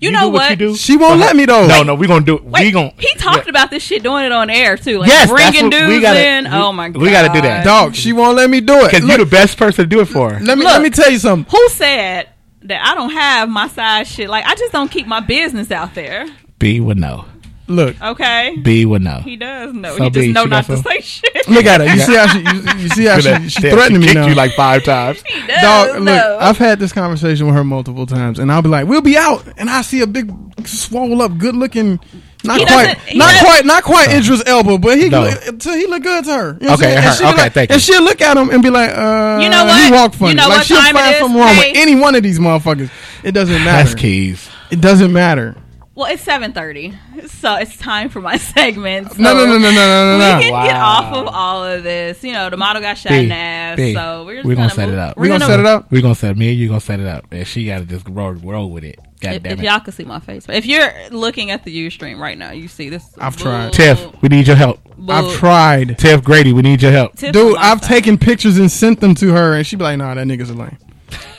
[SPEAKER 2] You, know
[SPEAKER 4] do
[SPEAKER 2] what?
[SPEAKER 4] you do.
[SPEAKER 3] she won't let me though.
[SPEAKER 4] No, no, we gonna do it.
[SPEAKER 2] Wait,
[SPEAKER 4] we gonna.
[SPEAKER 2] he talked about this shit doing it on air too. Like
[SPEAKER 4] Yes, that's
[SPEAKER 2] bringing
[SPEAKER 4] what we
[SPEAKER 2] dudes
[SPEAKER 4] gotta-
[SPEAKER 2] in.
[SPEAKER 4] we-
[SPEAKER 2] oh my god,
[SPEAKER 4] we gotta do that.
[SPEAKER 3] Dog, she won't let me do it.
[SPEAKER 4] because
[SPEAKER 3] Look,
[SPEAKER 4] you're the best person to do it for. her.
[SPEAKER 3] let me
[SPEAKER 2] Look.
[SPEAKER 3] let me tell you something.
[SPEAKER 2] Who said that I don't have my side shit? Like I just don't keep my business out there.
[SPEAKER 4] B would know.
[SPEAKER 3] Look,
[SPEAKER 2] Okay,
[SPEAKER 4] B would know.
[SPEAKER 2] he does know.
[SPEAKER 4] So
[SPEAKER 2] he
[SPEAKER 4] be-
[SPEAKER 2] just know not
[SPEAKER 4] she got
[SPEAKER 2] to
[SPEAKER 4] some-
[SPEAKER 2] say shit.
[SPEAKER 3] look at her. You see how she you, you see how
[SPEAKER 4] Look at
[SPEAKER 3] she,
[SPEAKER 4] that.
[SPEAKER 3] she
[SPEAKER 4] Damn,
[SPEAKER 3] threatening me
[SPEAKER 4] kicked
[SPEAKER 3] now.
[SPEAKER 4] you like five times.
[SPEAKER 2] He does
[SPEAKER 3] Dog,
[SPEAKER 2] know.
[SPEAKER 3] look, I've had this conversation with her multiple times, and I'll be like, "We'll be out," and I see a big, swole up, good looking, not
[SPEAKER 2] He
[SPEAKER 3] quite,
[SPEAKER 2] doesn't- he
[SPEAKER 3] not
[SPEAKER 2] doesn't-
[SPEAKER 3] quite, not quite Idris Elba, but he
[SPEAKER 4] Oh. No.
[SPEAKER 3] look- so he look good to her. You know what I'm
[SPEAKER 4] Okay,
[SPEAKER 3] saying?
[SPEAKER 4] her.
[SPEAKER 3] And she'll be
[SPEAKER 4] Okay,
[SPEAKER 3] like,
[SPEAKER 4] thank you.
[SPEAKER 3] And she'll look at him and be like, uh,
[SPEAKER 2] You know what?
[SPEAKER 3] He walk funny.
[SPEAKER 2] You know
[SPEAKER 3] like
[SPEAKER 2] what
[SPEAKER 3] she'll
[SPEAKER 2] time it
[SPEAKER 3] find
[SPEAKER 2] is?
[SPEAKER 3] something wrong
[SPEAKER 2] Hey.
[SPEAKER 3] with any one of these motherfuckers. It doesn't matter.
[SPEAKER 4] That's Keys.
[SPEAKER 3] It doesn't matter.
[SPEAKER 2] well, it's seven thirty, so it's time for my segment. So
[SPEAKER 3] No, no, no, no, no, no, no.
[SPEAKER 2] We can
[SPEAKER 3] no.
[SPEAKER 2] get
[SPEAKER 4] Wow.
[SPEAKER 2] off of all of this. You know, the model got shot
[SPEAKER 4] B,
[SPEAKER 2] in the ass,
[SPEAKER 4] B,
[SPEAKER 2] so we're just
[SPEAKER 4] we gonna
[SPEAKER 2] gonna,
[SPEAKER 4] set
[SPEAKER 2] move-
[SPEAKER 4] it up.
[SPEAKER 3] We gonna set it up.
[SPEAKER 4] We're gonna set me and you gonna set it up. And she gotta just roll, roll with it. God
[SPEAKER 2] If,
[SPEAKER 4] damn
[SPEAKER 2] if
[SPEAKER 4] it.
[SPEAKER 2] y'all can see my face, but if you're looking at the U stream right now, you see this.
[SPEAKER 3] I've tried.
[SPEAKER 4] Tiff, we need your help.
[SPEAKER 2] boo-
[SPEAKER 3] I've tried,
[SPEAKER 4] Tiff Grady, we need your help.
[SPEAKER 2] Tiff's
[SPEAKER 3] dude.
[SPEAKER 2] on my
[SPEAKER 3] I've
[SPEAKER 2] side.
[SPEAKER 3] taken pictures and sent them to her, and she be like, "Nah, that nigga's a lame."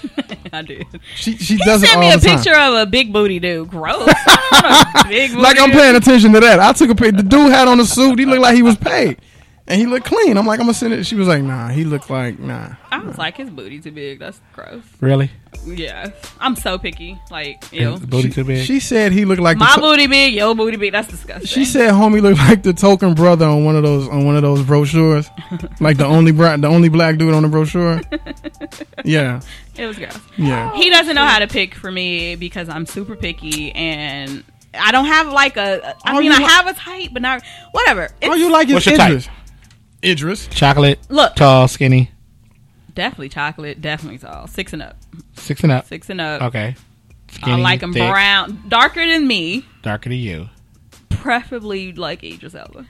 [SPEAKER 2] I did.
[SPEAKER 3] She she
[SPEAKER 2] He
[SPEAKER 3] does it
[SPEAKER 2] sent
[SPEAKER 3] all
[SPEAKER 2] me a
[SPEAKER 3] the time.
[SPEAKER 2] picture of a big booty dude. Gross. I don't know, big booty
[SPEAKER 3] like I'm
[SPEAKER 2] dude.
[SPEAKER 3] paying attention to that. I took a pic. The dude had on a suit. He looked like he was paid, and he looked clean. I'm like, I'm gonna send it. She was like, Nah. He looked like Nah.
[SPEAKER 2] I was like, his booty too big. That's gross.
[SPEAKER 4] Really?
[SPEAKER 2] Yeah, I'm so picky. Like, ew.
[SPEAKER 4] Is Booty
[SPEAKER 3] she,
[SPEAKER 4] too big.
[SPEAKER 3] She said he looked like.
[SPEAKER 2] My
[SPEAKER 3] the to-
[SPEAKER 2] booty big, your booty big. That's disgusting.
[SPEAKER 3] she said, "Homie looked like the token brother on one of those on one of those brochures, like the only bra- the only black dude on the brochure." Yeah,
[SPEAKER 2] it was gross.
[SPEAKER 3] yeah.
[SPEAKER 2] He doesn't know how to pick for me because I'm super picky and I don't have like a. I
[SPEAKER 3] All
[SPEAKER 2] mean,
[SPEAKER 3] you
[SPEAKER 2] I
[SPEAKER 3] li-
[SPEAKER 2] have a type, but not whatever. It's
[SPEAKER 3] All you like is
[SPEAKER 4] What's your type?
[SPEAKER 3] Idris. Idris.
[SPEAKER 4] Chocolate.
[SPEAKER 2] Look.
[SPEAKER 4] Tall, skinny,
[SPEAKER 2] definitely chocolate, definitely tall, six and up,
[SPEAKER 4] six and up.
[SPEAKER 2] six and up.
[SPEAKER 4] Okay. Skinny,
[SPEAKER 2] I like them
[SPEAKER 4] thick,
[SPEAKER 2] brown, darker than me,
[SPEAKER 4] Darker than you.
[SPEAKER 2] preferably like Idris Elba.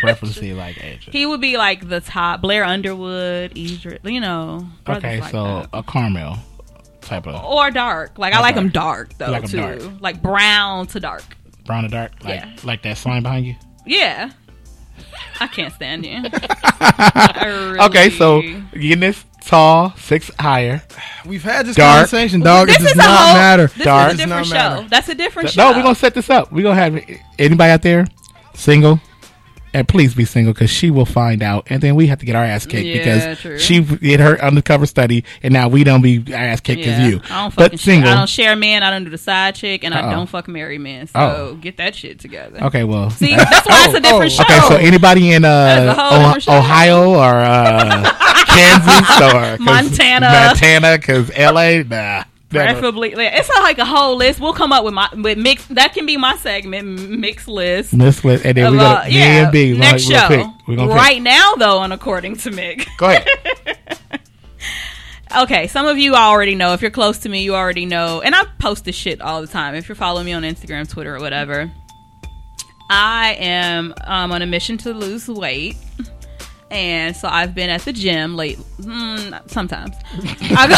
[SPEAKER 4] Preferably like Asian.
[SPEAKER 2] He would be like the top Blair Underwood, Idris, you know. brothers
[SPEAKER 4] Okay,
[SPEAKER 2] like
[SPEAKER 4] so
[SPEAKER 2] that.
[SPEAKER 4] a caramel type of
[SPEAKER 2] or dark. Like I
[SPEAKER 4] Or
[SPEAKER 2] like
[SPEAKER 4] dark.
[SPEAKER 2] them dark though
[SPEAKER 4] You like 'em
[SPEAKER 2] too,
[SPEAKER 4] dark.
[SPEAKER 2] like brown to dark.
[SPEAKER 4] brown and dark, like
[SPEAKER 2] Yeah.
[SPEAKER 4] like that slime behind you.
[SPEAKER 2] Yeah, I can't stand you. I really-
[SPEAKER 4] Okay, so getting this tall, six higher.
[SPEAKER 3] We've had this
[SPEAKER 4] Dark.
[SPEAKER 3] conversation, dog.
[SPEAKER 2] this
[SPEAKER 3] it does
[SPEAKER 2] is a
[SPEAKER 3] not
[SPEAKER 2] whole
[SPEAKER 3] matter.
[SPEAKER 2] This
[SPEAKER 4] Dark.
[SPEAKER 2] is a
[SPEAKER 3] Does not
[SPEAKER 2] different show.
[SPEAKER 3] matter.
[SPEAKER 2] That's a different
[SPEAKER 4] No,
[SPEAKER 2] show.
[SPEAKER 4] we're gonna set this up. We're gonna have anybody out there single, and please be single because she will find out, and then we have to get our ass kicked
[SPEAKER 2] Yeah,
[SPEAKER 4] because
[SPEAKER 2] true.
[SPEAKER 4] she did her undercover study, and now we don't be ass kicked
[SPEAKER 2] Yeah.
[SPEAKER 4] as you.
[SPEAKER 2] I don't fucking
[SPEAKER 4] but single.
[SPEAKER 2] share. I don't share men. I don't do the side chick, and
[SPEAKER 4] Uh-oh.
[SPEAKER 2] I don't fuck marry men. So
[SPEAKER 4] Oh.
[SPEAKER 2] get that shit together.
[SPEAKER 4] okay, well,
[SPEAKER 2] See,
[SPEAKER 4] that's-
[SPEAKER 2] that's why it's a different
[SPEAKER 3] oh,
[SPEAKER 4] okay.
[SPEAKER 2] show.
[SPEAKER 4] So anybody in
[SPEAKER 2] That's
[SPEAKER 4] uh
[SPEAKER 2] a whole different
[SPEAKER 4] oh-
[SPEAKER 2] show.
[SPEAKER 4] Ohio or uh, Kansas or 'cause
[SPEAKER 2] Montana.
[SPEAKER 4] Montana, because L.A. Nah, never.
[SPEAKER 2] Preferably, like, it's like a whole list. We'll come up with my with mix. That can be my segment, m- mix list.
[SPEAKER 4] This list, and then
[SPEAKER 2] Of,
[SPEAKER 4] we
[SPEAKER 2] uh,
[SPEAKER 4] gonna me
[SPEAKER 2] yeah,
[SPEAKER 4] and B. we're
[SPEAKER 2] next
[SPEAKER 4] gonna- we're
[SPEAKER 2] show.
[SPEAKER 4] gonna pick. We're gonna pick.
[SPEAKER 2] right now, though, on according to Mick.
[SPEAKER 4] Go ahead.
[SPEAKER 2] Okay, some of you already know. If you're close to me, you already know. And I post this shit all the time. If you're following me on Instagram, Twitter, or whatever, I am um, on a mission to lose weight. And so I've been at the gym late. Mm, sometimes. I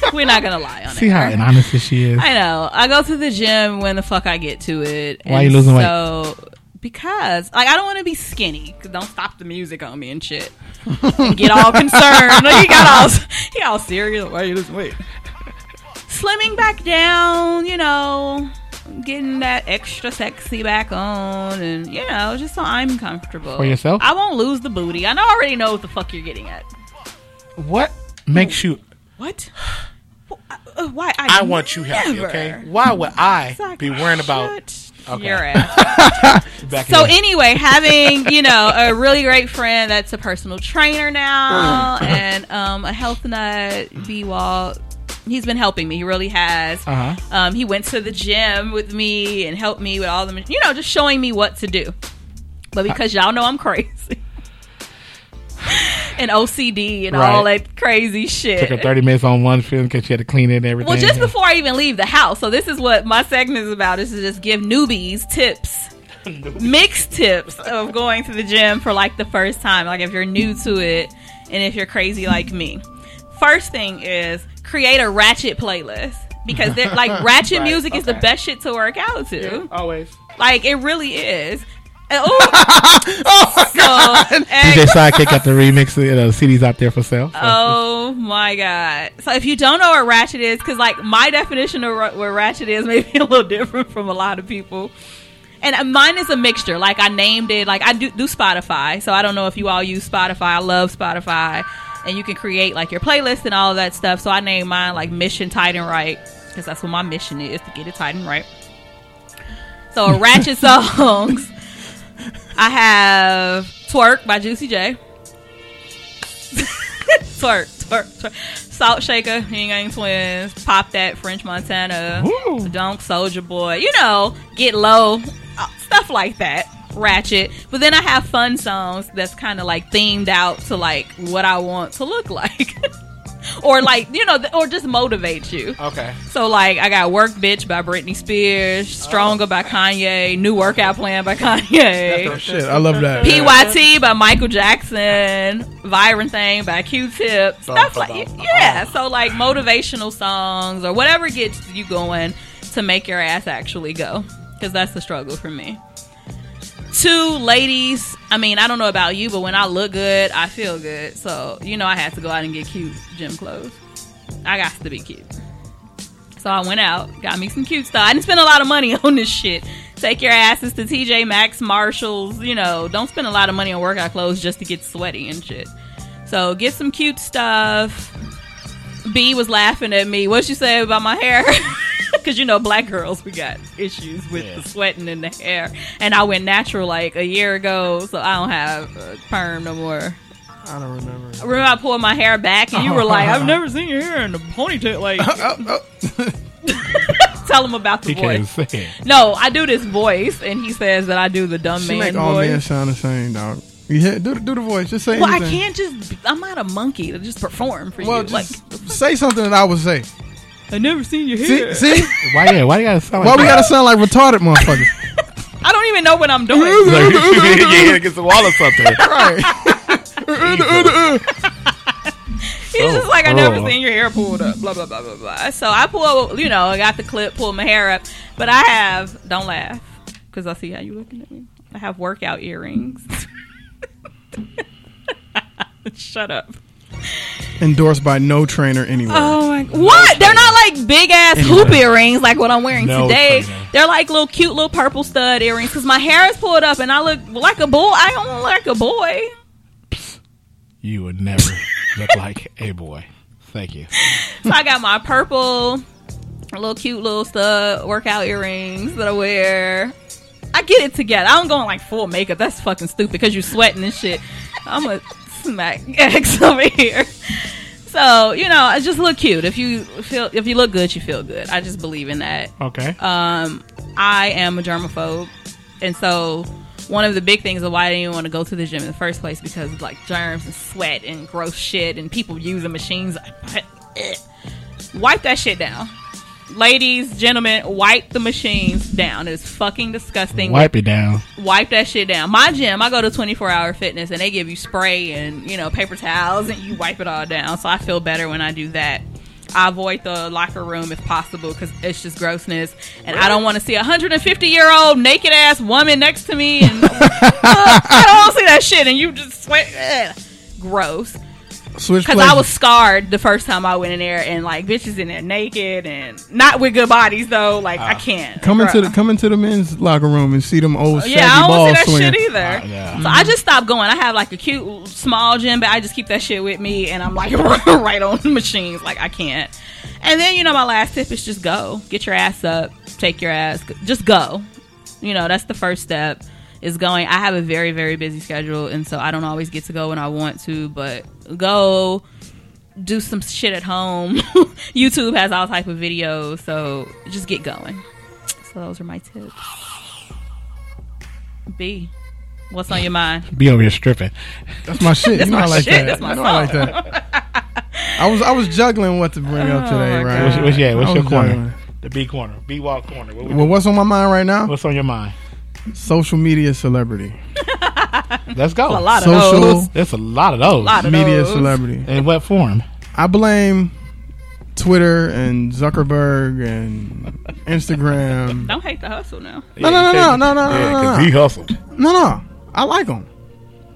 [SPEAKER 2] go, we're not going to lie on
[SPEAKER 4] See
[SPEAKER 2] it.
[SPEAKER 4] how honest she is.
[SPEAKER 2] I know. I go to the gym when the fuck I get to it.
[SPEAKER 4] Why you losing weight?
[SPEAKER 2] so, Because like I don't want to be skinny. 'cause don't stop the music on me and shit. And get all concerned. Like, he got all he all serious. Why you losing weight? Slimming back down. You know, getting that extra sexy back on, and you know, just so I'm comfortable
[SPEAKER 4] For yourself?
[SPEAKER 2] I won't lose the booty. I know- I already know what the fuck you're getting at.
[SPEAKER 4] What makes you
[SPEAKER 2] What? Uh, Why? I,
[SPEAKER 1] I want you happy,
[SPEAKER 2] never-
[SPEAKER 1] okay?
[SPEAKER 4] Why would I
[SPEAKER 2] It's like,
[SPEAKER 4] be worrying about
[SPEAKER 2] shut
[SPEAKER 1] Okay.
[SPEAKER 2] your ass.
[SPEAKER 1] Back
[SPEAKER 2] So
[SPEAKER 1] in the-
[SPEAKER 2] anyway, having you know a really great friend that's a personal trainer now
[SPEAKER 4] Mm.
[SPEAKER 2] and um, a health nut, B Wall. He's been helping me. He really has.
[SPEAKER 4] Uh-huh.
[SPEAKER 2] Um, he went to the gym with me and helped me with all the, you know, just showing me what to do. But because y'all know I'm crazy and OCD and all
[SPEAKER 4] Right.
[SPEAKER 2] that crazy shit,
[SPEAKER 4] took her thirty minutes on one film because she had to clean it and everything?
[SPEAKER 2] well, just before I even leave the house, so this is what my segment is about: is to just give newbies tips, mixed tips of going to the gym for like the first time, like if you're new to it and if you're crazy like me. First thing is create a ratchet playlist because they're like ratchet
[SPEAKER 4] Right,
[SPEAKER 2] music is the
[SPEAKER 4] okay.
[SPEAKER 2] best shit to work out to.
[SPEAKER 4] always.
[SPEAKER 2] Like it really is. oh, so,
[SPEAKER 4] DJ
[SPEAKER 2] and-
[SPEAKER 4] Sidekick got the remix. You know, CDs out there for sale.
[SPEAKER 2] Oh my god! So if you don't know what ratchet is, because like my definition of ra- what ratchet is may be a little different from a lot of people, and uh, mine is a mixture. Like I named it. Like I do do Spotify, so I don't know if you all use Spotify. I love Spotify, and you can create like your playlist and all that stuff. So I named mine like Mission Tight and Right because that's what my mission is to get it tight and right. So ratchet songs. I have Twerk by Juicy J. twerk, twerk, twerk. Salt Shaker, Ying Yang Twins, Pop That, French Montana,
[SPEAKER 4] Ooh.
[SPEAKER 2] Dunk Soldier Boy. You know, Get Low, uh, stuff like that. Ratchet. But then I have fun songs that's kind of like themed out to like what I want to look like. or like, you know, th- or just motivate you.
[SPEAKER 4] Okay.
[SPEAKER 2] So like I got Work Bitch by Britney Spears, Stronger by Kanye, New Workout Plan by Kanye,
[SPEAKER 3] Shit, I love that.
[SPEAKER 2] PYT by Michael Jackson, Vibrant Thing by Q-Tip, stuff
[SPEAKER 1] bum,
[SPEAKER 2] like
[SPEAKER 1] bum.
[SPEAKER 2] yeah. So like motivational songs or whatever gets you going to make your ass actually go because that's the struggle for me. Two ladies. I mean, I don't know about you, but when I look good, I feel good. So you know, I had to go out and get cute gym clothes. I got to be cute. So I went out, got me some cute stuff. I didn't spend a lot of money on this shit. Take your asses to TJ Maxx, Marshalls, you know, don't spend a lot of money on workout clothes just to get sweaty and shit. So get some cute stuff. B was laughing at me. What you say about my hair? Because you know, black girls, we got issues with
[SPEAKER 1] Yeah.
[SPEAKER 2] the sweating in the hair. And I went natural like a year ago, so I don't have a perm no more.
[SPEAKER 3] I don't remember.
[SPEAKER 2] Remember, I pulled my hair back, and you were like, "I've never seen your hair in a ponytail." Like,
[SPEAKER 3] Oh, oh.
[SPEAKER 2] tell him about the
[SPEAKER 4] He
[SPEAKER 2] voice.
[SPEAKER 4] can't even say it.
[SPEAKER 2] No, I do this voice, and he says that I do the dumb
[SPEAKER 3] she
[SPEAKER 2] man
[SPEAKER 3] make
[SPEAKER 2] voice.
[SPEAKER 3] all men sound the same, dog. Yeah, do, the- do the voice. Just say
[SPEAKER 2] well, I
[SPEAKER 3] anything.
[SPEAKER 2] can't just. I'm not a monkey to just perform for
[SPEAKER 3] Well,
[SPEAKER 2] you.
[SPEAKER 3] just say something that I would say.
[SPEAKER 2] like I never seen your
[SPEAKER 3] See, see?
[SPEAKER 4] Why? Yeah. Why you gotta sound
[SPEAKER 3] Why
[SPEAKER 4] like
[SPEAKER 3] we gotta sound like retarded motherfuckers?
[SPEAKER 2] I don't even know what I'm doing.
[SPEAKER 4] Like, you hit against the wall or something.
[SPEAKER 3] right.
[SPEAKER 2] He's just like I
[SPEAKER 4] Oh.
[SPEAKER 2] never seen your hair pulled up. Blah blah blah blah blah. So I pull, you know, I got the clip, pulled my hair up, but I have. Don't laugh, because I see how you looking at me. I have workout earrings. Shut up.
[SPEAKER 3] Endorsed by no trainer anywhere.
[SPEAKER 2] Oh my! What? They're not like big ass hoop earrings like what I'm wearing
[SPEAKER 1] No
[SPEAKER 2] today.
[SPEAKER 1] trainer.
[SPEAKER 2] They're like little cute little purple stud earrings because my hair is pulled up and I look like a boy. I don't look like a boy.
[SPEAKER 4] You would never look like a boy. Thank you.
[SPEAKER 2] So I got my purple little cute little stud workout earrings that I wear. I get it together. I'm going like full makeup. That's fucking stupid because you're sweating and shit. I'm a smack X over here. So you know, I just look cute. If you feel, if you look good, you feel good. I just believe in that.
[SPEAKER 4] Okay.
[SPEAKER 2] um, I am a germaphobe, and so one of the big things of why I didn't even want to go to the gym in the first place because of, like germs and sweat and gross shit and people using machines. wipe that shit down, ladies, gentlemen. Wipe the machines down. It's fucking disgusting.
[SPEAKER 4] Wipe it down.
[SPEAKER 2] Wipe that shit down. My gym, I go to 24 hour fitness and they give you spray and, you know, paper towels and you wipe it all down. So I feel better when I do that. I avoid the locker room if possible because it's just grossness. And I don't want to see a 150 year old naked ass woman next to me. And I don't wanna see that shit. And you just sweat. Ugh. Gross.
[SPEAKER 3] Switch
[SPEAKER 2] Cause I
[SPEAKER 3] places.
[SPEAKER 2] was scarred the first time I went in there, and like bitches in there naked and not with good bodies though. Like I can't
[SPEAKER 3] Come
[SPEAKER 2] bruh.
[SPEAKER 3] into Ah. the come into the men's locker room and see them old shaggy
[SPEAKER 2] yeah, I don't
[SPEAKER 3] balls
[SPEAKER 2] wanna see that
[SPEAKER 3] swinging.
[SPEAKER 2] shit either.
[SPEAKER 1] Ah, yeah.
[SPEAKER 2] So I just stopped going. I have like a cute small gym, but I just keep that shit with me, and I'm like right on the machines. Like I can't. And then you know my last tip is just go, get your ass up, take your ass, just go. You know that's the first step is going. I have a very very busy schedule, and so I don't always get to go when I want to, but go. Do some shit at home. YouTube has all type of videos, so just get going. So those are my tips. B, what's on your mind?
[SPEAKER 4] Be over here stripping.
[SPEAKER 3] That's my shit.
[SPEAKER 2] That's
[SPEAKER 3] you know
[SPEAKER 2] my
[SPEAKER 3] I like
[SPEAKER 2] shit.
[SPEAKER 3] that.
[SPEAKER 2] That's my
[SPEAKER 3] you know I like
[SPEAKER 2] song.
[SPEAKER 3] that. I was I was juggling what to bring up
[SPEAKER 2] Oh, my
[SPEAKER 3] today, right?
[SPEAKER 2] God.
[SPEAKER 4] What's, what's- yeah, what's
[SPEAKER 3] I
[SPEAKER 4] your
[SPEAKER 3] was
[SPEAKER 4] corner?
[SPEAKER 3] juggling.
[SPEAKER 4] The B corner, B wall corner. What we
[SPEAKER 3] Well,
[SPEAKER 4] do?
[SPEAKER 3] what's on my mind right now?
[SPEAKER 4] What's on your mind?
[SPEAKER 3] Social media celebrity,
[SPEAKER 4] Let's go.
[SPEAKER 2] A lot of
[SPEAKER 3] Social-
[SPEAKER 2] those.
[SPEAKER 4] There's a lot of those.
[SPEAKER 2] Lot of-
[SPEAKER 3] media
[SPEAKER 2] those.
[SPEAKER 3] celebrity.
[SPEAKER 4] In what form?
[SPEAKER 3] I blame Twitter and Zuckerberg and Instagram.
[SPEAKER 2] Don't hate the hustle now.
[SPEAKER 3] No, no, no, no, no, no, no, no, no.
[SPEAKER 4] hustled.
[SPEAKER 3] No, no, I like them.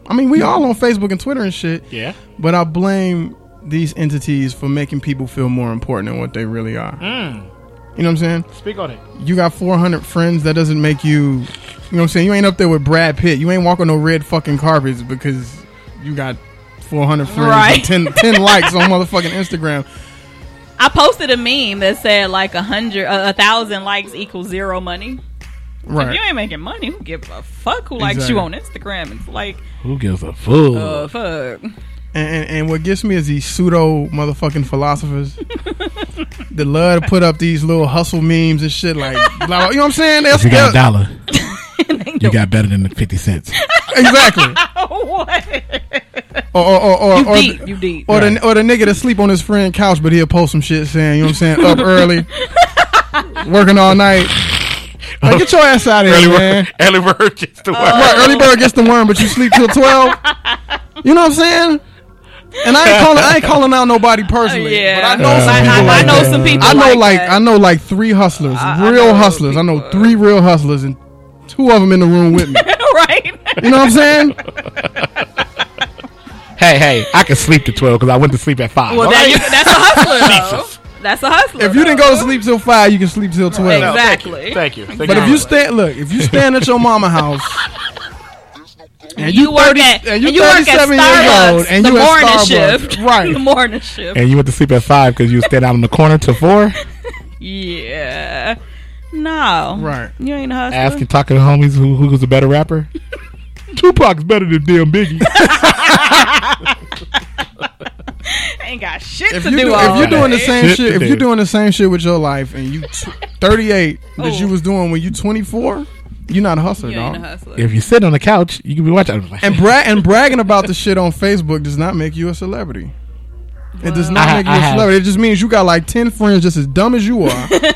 [SPEAKER 3] I mean, we all on Facebook and Twitter and shit.
[SPEAKER 4] Yeah.
[SPEAKER 3] But I blame these entities for making people feel more important than what they really are.
[SPEAKER 2] Hmm.
[SPEAKER 3] You know what I'm saying?
[SPEAKER 4] Speak on it.
[SPEAKER 3] You got 400 friends. That doesn't make you, you know what I'm saying? You ain't up there with Brad Pitt. You ain't walking no red fucking carpets because you got 400 friends
[SPEAKER 2] Right.
[SPEAKER 3] and 10, 10 likes on motherfucking Instagram.
[SPEAKER 2] I posted a meme that said like a hundred, uh, a thousand likes equals zero money. If
[SPEAKER 3] Right.
[SPEAKER 2] you ain't making money, who gives a fuck who likes
[SPEAKER 3] Exactly.
[SPEAKER 2] you on Instagram? It's like,
[SPEAKER 4] Who gives a fool?
[SPEAKER 2] uh, fuck.
[SPEAKER 3] And, and, and what gets me is these pseudo motherfucking philosophers that love to put up these little hustle memes and shit like, blah, blah, you know what I'm saying? That's,
[SPEAKER 4] you got a
[SPEAKER 3] that's-
[SPEAKER 4] dollar. you got better than the fifty cents.
[SPEAKER 3] exactly.
[SPEAKER 2] what?
[SPEAKER 3] Or or or or,
[SPEAKER 2] You
[SPEAKER 3] or,
[SPEAKER 2] deep,
[SPEAKER 3] the-
[SPEAKER 2] you deep.
[SPEAKER 3] or the or the nigga that sleep on his friend couch, but he'll post some shit saying, you know what I'm saying, up early, working all night. Like, get your ass out of here, man. Uh,
[SPEAKER 1] Early bird gets the worm.
[SPEAKER 3] Right, early bird gets the worm, but you sleep till twelve. You know what I'm saying? And I ain't calling I ain't calling out nobody personally,
[SPEAKER 2] yeah.
[SPEAKER 3] but I know
[SPEAKER 2] I,
[SPEAKER 3] some
[SPEAKER 2] I-
[SPEAKER 3] people
[SPEAKER 2] I
[SPEAKER 3] like
[SPEAKER 2] know
[SPEAKER 3] that.
[SPEAKER 2] some people.
[SPEAKER 3] I know like,
[SPEAKER 2] that.
[SPEAKER 3] I know like three hustlers,
[SPEAKER 2] I- I
[SPEAKER 3] real
[SPEAKER 2] know
[SPEAKER 3] hustlers. I know
[SPEAKER 2] people. uh,
[SPEAKER 3] three real hustlers and two of them in the room with me.
[SPEAKER 2] right?
[SPEAKER 3] You know what I'm saying?
[SPEAKER 4] hey, hey, I can sleep to twelve because I went to sleep at five.
[SPEAKER 2] Well, that, you, that's a hustler though. That's a hustler.
[SPEAKER 3] If you didn't
[SPEAKER 2] though.
[SPEAKER 3] go to sleep till five, you can sleep till twelve.
[SPEAKER 2] No,
[SPEAKER 4] thank
[SPEAKER 2] exactly.
[SPEAKER 4] you. Thank you. Thank
[SPEAKER 3] But if you
[SPEAKER 4] you.
[SPEAKER 3] stand, look, if you stand at your mama house, and
[SPEAKER 2] you work at
[SPEAKER 3] and
[SPEAKER 2] and
[SPEAKER 3] you
[SPEAKER 2] you, work at
[SPEAKER 3] 37 years
[SPEAKER 2] Starbucks
[SPEAKER 3] old and
[SPEAKER 2] the
[SPEAKER 3] you at
[SPEAKER 2] morning
[SPEAKER 3] Starbucks.
[SPEAKER 2] shift,
[SPEAKER 3] Right.
[SPEAKER 2] The morning shift,
[SPEAKER 4] and you went to sleep at five because you stayed out in the corner till four,
[SPEAKER 2] yeah. No,
[SPEAKER 3] Right.
[SPEAKER 2] You ain't a hustler.
[SPEAKER 4] asking, talking to homies who who was a better rapper. Tupac's better than damn Biggie.
[SPEAKER 2] ain't got shit
[SPEAKER 3] if
[SPEAKER 2] to
[SPEAKER 3] you
[SPEAKER 2] do.
[SPEAKER 3] do,
[SPEAKER 2] all
[SPEAKER 3] if you're doing the
[SPEAKER 2] day.
[SPEAKER 3] same
[SPEAKER 4] Shit to
[SPEAKER 3] shit, if
[SPEAKER 4] do.
[SPEAKER 3] you're doing the same shit with your life, and you t- 38 that you
[SPEAKER 2] Ooh.
[SPEAKER 3] was doing when you 24, you're not a hustler,
[SPEAKER 2] Oh. you ain't a
[SPEAKER 3] dog.
[SPEAKER 2] hustler.
[SPEAKER 4] if you sit on the couch, you can be watching.
[SPEAKER 3] And bra- and bragging about the shit on Facebook does not make you a celebrity. It does not
[SPEAKER 4] I-
[SPEAKER 3] make you
[SPEAKER 4] I
[SPEAKER 3] a
[SPEAKER 4] have-
[SPEAKER 3] celebrity. It just means you got like 10 friends just as dumb as you are. you know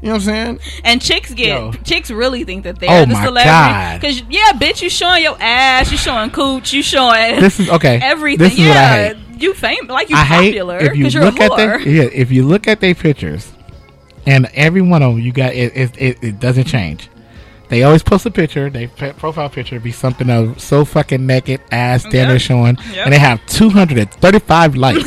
[SPEAKER 3] what I'm saying?
[SPEAKER 2] And chicks get
[SPEAKER 4] Yo.
[SPEAKER 2] chicks really think that they're
[SPEAKER 4] Oh
[SPEAKER 2] the
[SPEAKER 4] my
[SPEAKER 2] celebrity
[SPEAKER 4] God.
[SPEAKER 2] because yeah, bitch, you showing your ass, you showing cooch, you showing
[SPEAKER 4] this is okay.
[SPEAKER 2] everything.
[SPEAKER 4] This is
[SPEAKER 2] yeah,
[SPEAKER 4] what I hate.
[SPEAKER 2] you fame like you
[SPEAKER 4] I hate
[SPEAKER 2] popular
[SPEAKER 4] if you
[SPEAKER 2] because you're a
[SPEAKER 4] look at their
[SPEAKER 2] whore.
[SPEAKER 4] yeah, if you look at their pictures, and every one of them you got it it, it, it doesn't change. They always post a picture, they p- profile picture be something of so fucking naked, ass down there
[SPEAKER 2] Yeah.
[SPEAKER 4] showing,
[SPEAKER 2] Yeah.
[SPEAKER 4] and they have two hundred and thirty five likes.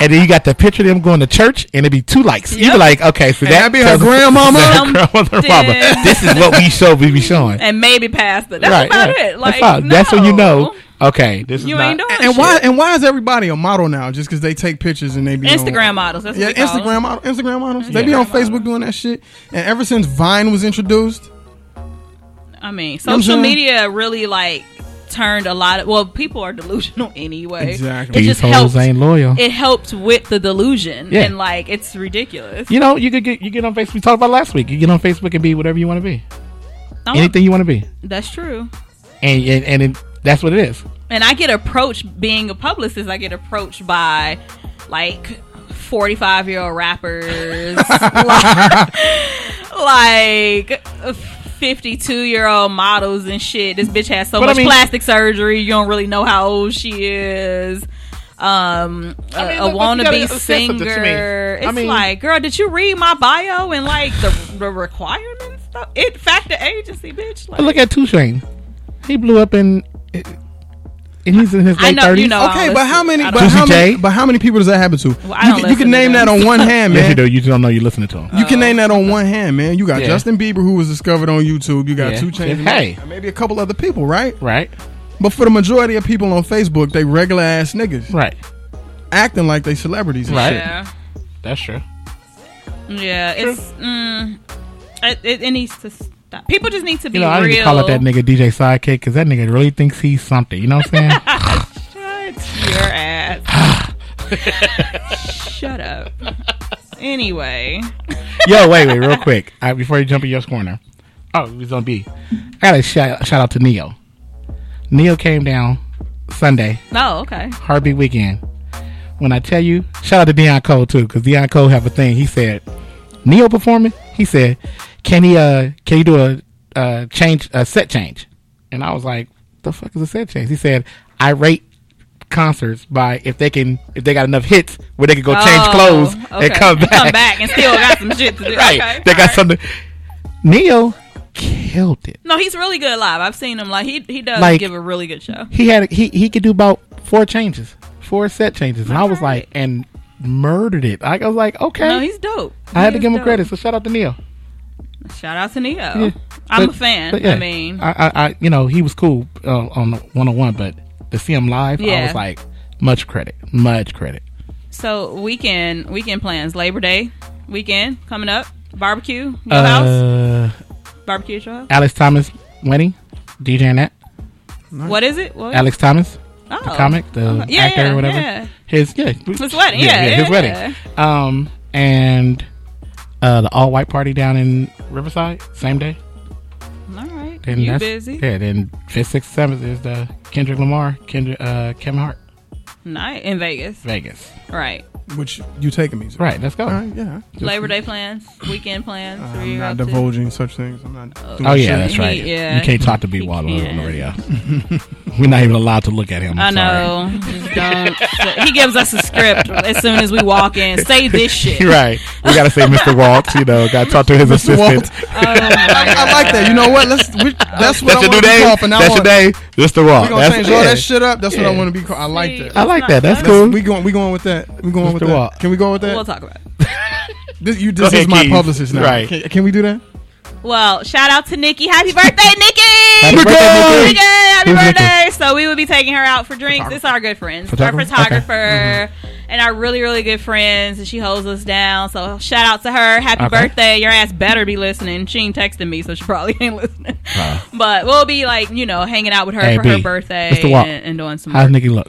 [SPEAKER 4] and then you got the picture of them going to church, and it be two likes. You
[SPEAKER 2] Yep.
[SPEAKER 4] be like, okay, so
[SPEAKER 3] And that be her
[SPEAKER 4] tells us-
[SPEAKER 3] grandmama?
[SPEAKER 4] her grandmother, her mama.
[SPEAKER 2] Something.
[SPEAKER 4] This is what we show we be showing.
[SPEAKER 2] and maybe past it. That's about
[SPEAKER 4] yeah.
[SPEAKER 2] it. Like
[SPEAKER 4] that's, all. That's when you know.
[SPEAKER 2] no.
[SPEAKER 4] Okay, this
[SPEAKER 2] you
[SPEAKER 4] is
[SPEAKER 2] ain't
[SPEAKER 4] not,
[SPEAKER 2] doing
[SPEAKER 3] And
[SPEAKER 2] shit.
[SPEAKER 3] why and why is everybody a model now just because they take pictures and they be on-
[SPEAKER 2] Instagram models. That's
[SPEAKER 3] Yeah,
[SPEAKER 2] what we call 'em.
[SPEAKER 3] Instagram model, Instagram models. They be
[SPEAKER 2] Instagram
[SPEAKER 3] on Facebook doing that shit. And ever since Vine was introduced,
[SPEAKER 2] I mean,
[SPEAKER 3] know what I'm
[SPEAKER 2] social
[SPEAKER 3] saying?
[SPEAKER 2] media really like turned a lot of well, people are delusional anyway.
[SPEAKER 3] Exactly.
[SPEAKER 2] It
[SPEAKER 4] These
[SPEAKER 2] just
[SPEAKER 4] hoes
[SPEAKER 2] helped.
[SPEAKER 4] ain't loyal.
[SPEAKER 2] It helped with the delusion,
[SPEAKER 4] Yeah.
[SPEAKER 2] and like it's ridiculous.
[SPEAKER 4] You know, you could get you get on Facebook. We talked about last week. You get on Facebook and be whatever you want to be,
[SPEAKER 2] Uh-huh. I'm-
[SPEAKER 4] anything you want to be,
[SPEAKER 2] That's true.
[SPEAKER 4] and and, and it, that's what it is.
[SPEAKER 2] And I get approached being a publicist. I get approached by like forty-five year old rappers, like. Fifty-two-year-old models and shit. This bitch has so
[SPEAKER 4] But I
[SPEAKER 2] much
[SPEAKER 4] mean-
[SPEAKER 2] plastic surgery. You don't really know how old she is. Um, a,
[SPEAKER 4] I
[SPEAKER 2] a
[SPEAKER 4] mean, look, but you gotta
[SPEAKER 2] wannabe
[SPEAKER 4] understand something to me.
[SPEAKER 2] singer.
[SPEAKER 4] I
[SPEAKER 2] It's
[SPEAKER 4] mean-
[SPEAKER 2] like, girl, did you read my bio and like the, the requirements? Stuff? It factor agency, bitch. Like,
[SPEAKER 4] But look at Two Chain. He blew up in. It, and he's in his
[SPEAKER 2] I
[SPEAKER 4] late
[SPEAKER 2] know, you
[SPEAKER 4] thirties.
[SPEAKER 2] know.
[SPEAKER 3] Okay, but how many?
[SPEAKER 2] Oh, I
[SPEAKER 3] But
[SPEAKER 2] don't-
[SPEAKER 3] how
[SPEAKER 4] Juicy
[SPEAKER 3] many,
[SPEAKER 4] J?
[SPEAKER 3] but how many people does that happen to?
[SPEAKER 2] I
[SPEAKER 3] you
[SPEAKER 2] don't
[SPEAKER 3] can, you
[SPEAKER 2] listen
[SPEAKER 3] can
[SPEAKER 2] to
[SPEAKER 3] name
[SPEAKER 2] them.
[SPEAKER 3] that on one hand, man.
[SPEAKER 4] Yes, you do. You don't know you're listening to him.
[SPEAKER 3] You can name that on one hand, man. You got
[SPEAKER 4] Uh, Yeah.
[SPEAKER 3] Justin Bieber, who was discovered on YouTube. You got
[SPEAKER 4] Yeah.
[SPEAKER 3] two chains.
[SPEAKER 4] Hey.
[SPEAKER 3] maybe a couple other people, right?
[SPEAKER 4] Right,
[SPEAKER 3] But for the majority of people on Facebook, they regular ass niggas
[SPEAKER 4] right,
[SPEAKER 3] acting like they celebrities. And
[SPEAKER 4] Right.
[SPEAKER 3] right.
[SPEAKER 2] Yeah.
[SPEAKER 4] that's true.
[SPEAKER 2] Yeah, it's mm, it, it, it needs to stop. People just need to be
[SPEAKER 4] You know, I
[SPEAKER 2] real.
[SPEAKER 4] need to call up that nigga DJ Sidekick because that nigga really thinks he's something. You know what I'm saying?
[SPEAKER 2] Shut your ass. Shut up. Anyway,
[SPEAKER 4] Yo, wait, wait, real quick uh, before you jump in your corner. Oh, it was on B. I got to shout, shout out to Neo. Neo came down Sunday,
[SPEAKER 2] no, okay.
[SPEAKER 4] hard beat weekend. When I tell you, shout out to Deion Cole too, because Deion Cole have a thing. He said, Neo performing. He said, can he uh can he do a uh change a set change? And I was like, the fuck is a set change? He said, I rate concerts by if they can if they got enough hits where they can go change
[SPEAKER 2] Oh,
[SPEAKER 4] clothes and
[SPEAKER 2] okay.
[SPEAKER 4] come back.
[SPEAKER 2] Come back and still got some shit to do.
[SPEAKER 4] right.
[SPEAKER 2] Okay.
[SPEAKER 4] They
[SPEAKER 2] all
[SPEAKER 4] got
[SPEAKER 2] right.
[SPEAKER 4] something. Neo killed it.
[SPEAKER 2] No, he's really good live. I've seen him. Like he he does
[SPEAKER 4] Like-
[SPEAKER 2] give a really good show.
[SPEAKER 4] He had he he could do about four changes, four set changes, and I was like, and murdered it. I was like, okay,
[SPEAKER 2] No, he's dope.
[SPEAKER 4] I had
[SPEAKER 2] He
[SPEAKER 4] to
[SPEAKER 2] is
[SPEAKER 4] give him
[SPEAKER 2] dope.
[SPEAKER 4] credit. So shout out to Neo.
[SPEAKER 2] Shout out to Neo. I'm
[SPEAKER 4] But-
[SPEAKER 2] a fan.
[SPEAKER 4] but yeah,
[SPEAKER 2] I mean,
[SPEAKER 4] I, I, I you know he was cool uh, on one on one, but to see him live, I
[SPEAKER 2] Yeah.
[SPEAKER 4] was like, much credit, much credit.
[SPEAKER 2] so weekend weekend plans. Labor Day weekend coming up. Barbecue, your house.
[SPEAKER 4] Uh,
[SPEAKER 2] Barbecue at your house.
[SPEAKER 4] Alex Thomas winning, DJing that.
[SPEAKER 2] What is it? What?
[SPEAKER 4] Alex Thomas,
[SPEAKER 2] oh.
[SPEAKER 4] the comic, the
[SPEAKER 2] Yeah,
[SPEAKER 4] actor,
[SPEAKER 2] yeah,
[SPEAKER 4] or whatever.
[SPEAKER 2] yeah.
[SPEAKER 4] His yeah,
[SPEAKER 2] His wedding, yeah,
[SPEAKER 4] his
[SPEAKER 2] yeah,
[SPEAKER 4] wedding. Um, and uh, the all white party down in Riverside, same day.
[SPEAKER 2] All right.
[SPEAKER 4] Then
[SPEAKER 2] you
[SPEAKER 4] that's-
[SPEAKER 2] busy?
[SPEAKER 4] Yeah, then fifth, sixth, seventh is the Kendrick Lamar, Kendrick, uh, Kevin Hart,
[SPEAKER 2] Night in Vegas.
[SPEAKER 4] Vegas.
[SPEAKER 2] Right.
[SPEAKER 3] Which you taking me? to.
[SPEAKER 4] Right, let's go.
[SPEAKER 3] All right. Yeah.
[SPEAKER 2] Labor Day plans, weekend plans. where
[SPEAKER 3] I'm
[SPEAKER 2] you're
[SPEAKER 3] not
[SPEAKER 2] up to?
[SPEAKER 3] divulging such things. I'm not. doing
[SPEAKER 4] Oh
[SPEAKER 3] shit.
[SPEAKER 4] yeah, that's
[SPEAKER 2] He-
[SPEAKER 4] right.
[SPEAKER 2] yeah.
[SPEAKER 4] You can't talk to B
[SPEAKER 2] He
[SPEAKER 4] Waddle on the
[SPEAKER 2] can't.
[SPEAKER 4] radio. We're not even allowed to look at him.
[SPEAKER 2] I
[SPEAKER 4] I'm sorry.
[SPEAKER 2] know. Just don't. So- he gives us a script as soon as we walk in. Say this shit.
[SPEAKER 4] You're right. We gotta say Mr. Waltz. You know, gotta talk to his
[SPEAKER 3] Mr. Walt.
[SPEAKER 4] assistant.
[SPEAKER 2] Oh my
[SPEAKER 3] I like that. You know what? Let's. We, that's what
[SPEAKER 4] That's
[SPEAKER 3] I
[SPEAKER 4] your new
[SPEAKER 3] want to be
[SPEAKER 4] name.
[SPEAKER 3] called from now
[SPEAKER 4] That's your
[SPEAKER 3] on.
[SPEAKER 4] name, Mr. Waltz.
[SPEAKER 3] We gonna change all
[SPEAKER 4] yeah.
[SPEAKER 3] that shit up. That's what
[SPEAKER 4] Yeah.
[SPEAKER 3] I want to be called. I like that.
[SPEAKER 4] I like that. That's
[SPEAKER 2] That's
[SPEAKER 4] cool.
[SPEAKER 3] We going. We going with that. We going
[SPEAKER 4] Mr.
[SPEAKER 3] with that.
[SPEAKER 4] Walt.
[SPEAKER 3] Can we go with
[SPEAKER 2] We'll
[SPEAKER 3] that?
[SPEAKER 2] talk about it.
[SPEAKER 3] This, you, this
[SPEAKER 4] ahead,
[SPEAKER 3] is my
[SPEAKER 4] Keith.
[SPEAKER 3] publicist now.
[SPEAKER 4] Right.
[SPEAKER 3] Can, can we do that?
[SPEAKER 2] Well, shout out to Nikki. Happy birthday, Nikki!
[SPEAKER 4] Happy
[SPEAKER 2] Nikki!
[SPEAKER 4] birthday,
[SPEAKER 3] Nikki!
[SPEAKER 4] Nikki.
[SPEAKER 2] Happy
[SPEAKER 4] Who's
[SPEAKER 2] birthday! So we will be taking her out for drinks. It's our good friends. Our
[SPEAKER 4] Photographer? Okay. Mm-hmm.
[SPEAKER 2] photographer and our really, really good friends, and she holds us down. So shout out to her. Happy
[SPEAKER 4] Okay.
[SPEAKER 2] birthday. Your ass better be listening. She ain't texting me, so she probably ain't listening.
[SPEAKER 4] Uh.
[SPEAKER 2] But we'll be like, you know, hanging out with her
[SPEAKER 4] Hey,
[SPEAKER 2] for
[SPEAKER 4] B,
[SPEAKER 2] her birthday
[SPEAKER 4] Mr. Walt,
[SPEAKER 2] and, and doing some
[SPEAKER 4] How's
[SPEAKER 2] work.
[SPEAKER 4] Nikki look?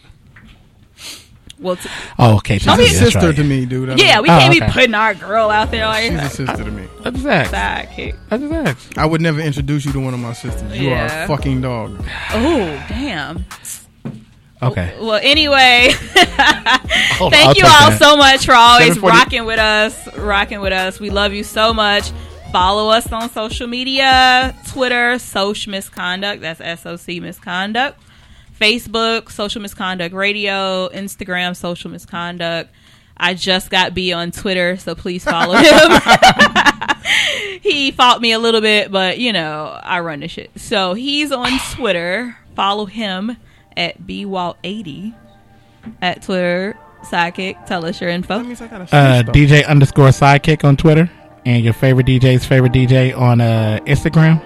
[SPEAKER 2] Well, t-
[SPEAKER 4] Oh, okay. She's
[SPEAKER 3] She's
[SPEAKER 4] a
[SPEAKER 3] a sister to me, dude. I
[SPEAKER 2] yeah,
[SPEAKER 3] don't-
[SPEAKER 2] we
[SPEAKER 4] Oh,
[SPEAKER 2] can't
[SPEAKER 4] okay.
[SPEAKER 2] be putting our girl out there like
[SPEAKER 3] she's a
[SPEAKER 2] that.
[SPEAKER 3] sister to me.
[SPEAKER 4] I just asked.
[SPEAKER 2] sidekick.
[SPEAKER 4] I just asked.
[SPEAKER 3] I would never introduce you to one of my sisters. You are
[SPEAKER 2] Yeah.
[SPEAKER 3] a fucking dog.
[SPEAKER 2] Oh, damn.
[SPEAKER 4] Okay.
[SPEAKER 2] Well, anyway,
[SPEAKER 4] Hold on, I'll
[SPEAKER 2] thank you
[SPEAKER 4] take
[SPEAKER 2] all
[SPEAKER 4] that.
[SPEAKER 2] so much for always
[SPEAKER 4] 740
[SPEAKER 2] rocking with us. Rocking with us. We love you so much. Follow us on social media Twitter, Social Misconduct. That's S O C Misconduct. Facebook, Social Misconduct Radio. Instagram, Social Misconduct. I just got B on Twitter, so please follow him. he fought me a little bit, but you know, I run the shit. So he's on Twitter. Follow him at bwall80 at Twitter. Sidekick, tell us your
[SPEAKER 3] That
[SPEAKER 2] info.
[SPEAKER 3] means I got a
[SPEAKER 4] Uh, DJ underscore sidekick on Twitter and your favorite DJ's favorite DJ on uh, Instagram.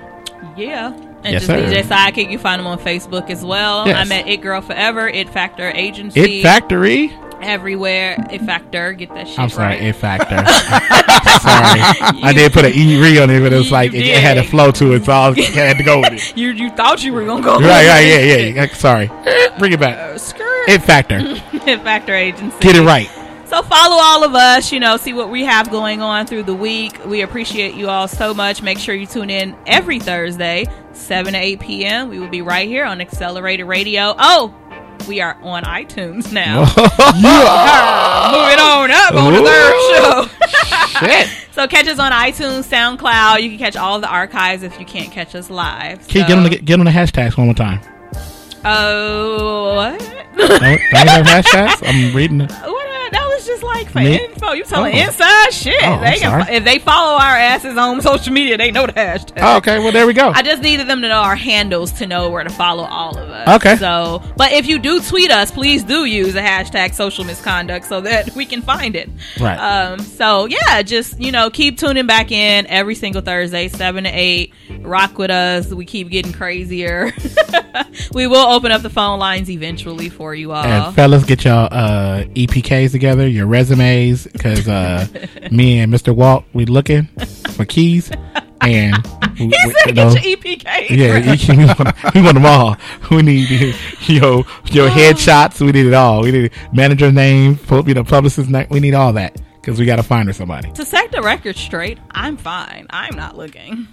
[SPEAKER 2] Yeah. And
[SPEAKER 4] Yes,
[SPEAKER 2] just
[SPEAKER 4] sir.
[SPEAKER 2] DJ Sidekick, you find him on Facebook as well.
[SPEAKER 4] Yes.
[SPEAKER 2] I'm at It Girl Forever, It Factor Agency.
[SPEAKER 4] It Factory.
[SPEAKER 2] everywhere. It Factor, get that shit
[SPEAKER 4] I'm sorry,
[SPEAKER 2] right.
[SPEAKER 4] It Factor. sorry, I did put an E re on it, but it was
[SPEAKER 2] You
[SPEAKER 4] like it, it
[SPEAKER 2] did.
[SPEAKER 4] had a flow to it, so I, was, I had to go with it.
[SPEAKER 2] you you thought you were gonna go
[SPEAKER 4] Right, right, yeah, yeah. yeah. Sorry, bring it back.
[SPEAKER 2] Skirt.
[SPEAKER 4] It Factor.
[SPEAKER 2] It Factor Agency.
[SPEAKER 4] Get it right.
[SPEAKER 2] So follow all of us, you know, see what we have going on through the week. We appreciate you all so much. Make sure you tune in every Thursday, 7 to 8 p.m. We will be right here on Accelerated Radio. Oh, we are on iTunes now. Moving on up on the third show.
[SPEAKER 4] Shit.
[SPEAKER 2] So catch us on iTunes, SoundCloud. You can catch all the archives if you can't catch us live. So-
[SPEAKER 4] Keith, get on the get on the hashtags one more time.
[SPEAKER 2] Oh, what? uh,
[SPEAKER 4] Don't, don't you have hashtags? I'm reading. The,
[SPEAKER 2] what? uh, That was just like for
[SPEAKER 4] Me?
[SPEAKER 2] info. You telling
[SPEAKER 4] Oh.
[SPEAKER 2] inside shit.
[SPEAKER 4] Oh, I'm
[SPEAKER 2] they can,
[SPEAKER 4] sorry.
[SPEAKER 2] if they follow our asses on social media, they know the hashtag.
[SPEAKER 4] Oh, okay, well there we go.
[SPEAKER 2] I just needed them to know our handles to know where to follow all of us.
[SPEAKER 4] Okay.
[SPEAKER 2] So, but if you do tweet us, please do use the hashtag social misconduct so that we can find it.
[SPEAKER 4] Right.
[SPEAKER 2] Um, so yeah, just you know, keep tuning back in every single Thursday, seven to eight. Rock with us. We keep getting crazier. we will open up the phone lines eventually for you all.
[SPEAKER 4] And fellas, get y'all uh, EPKs together, your resumes, because uh, me and Mr. Walt, we looking for keys. And we,
[SPEAKER 2] he
[SPEAKER 4] we-
[SPEAKER 2] said,
[SPEAKER 4] you
[SPEAKER 2] "Get
[SPEAKER 4] know,
[SPEAKER 2] your E EPK."
[SPEAKER 4] yeah, E he, he, want, he want them all. We need yo
[SPEAKER 2] Oh.
[SPEAKER 4] your headshots. We need it all. We need manager name, pu- you know, publicist name. We need all that because we got to find her somebody.
[SPEAKER 2] to set the record straight, I'm fine. I'm not looking.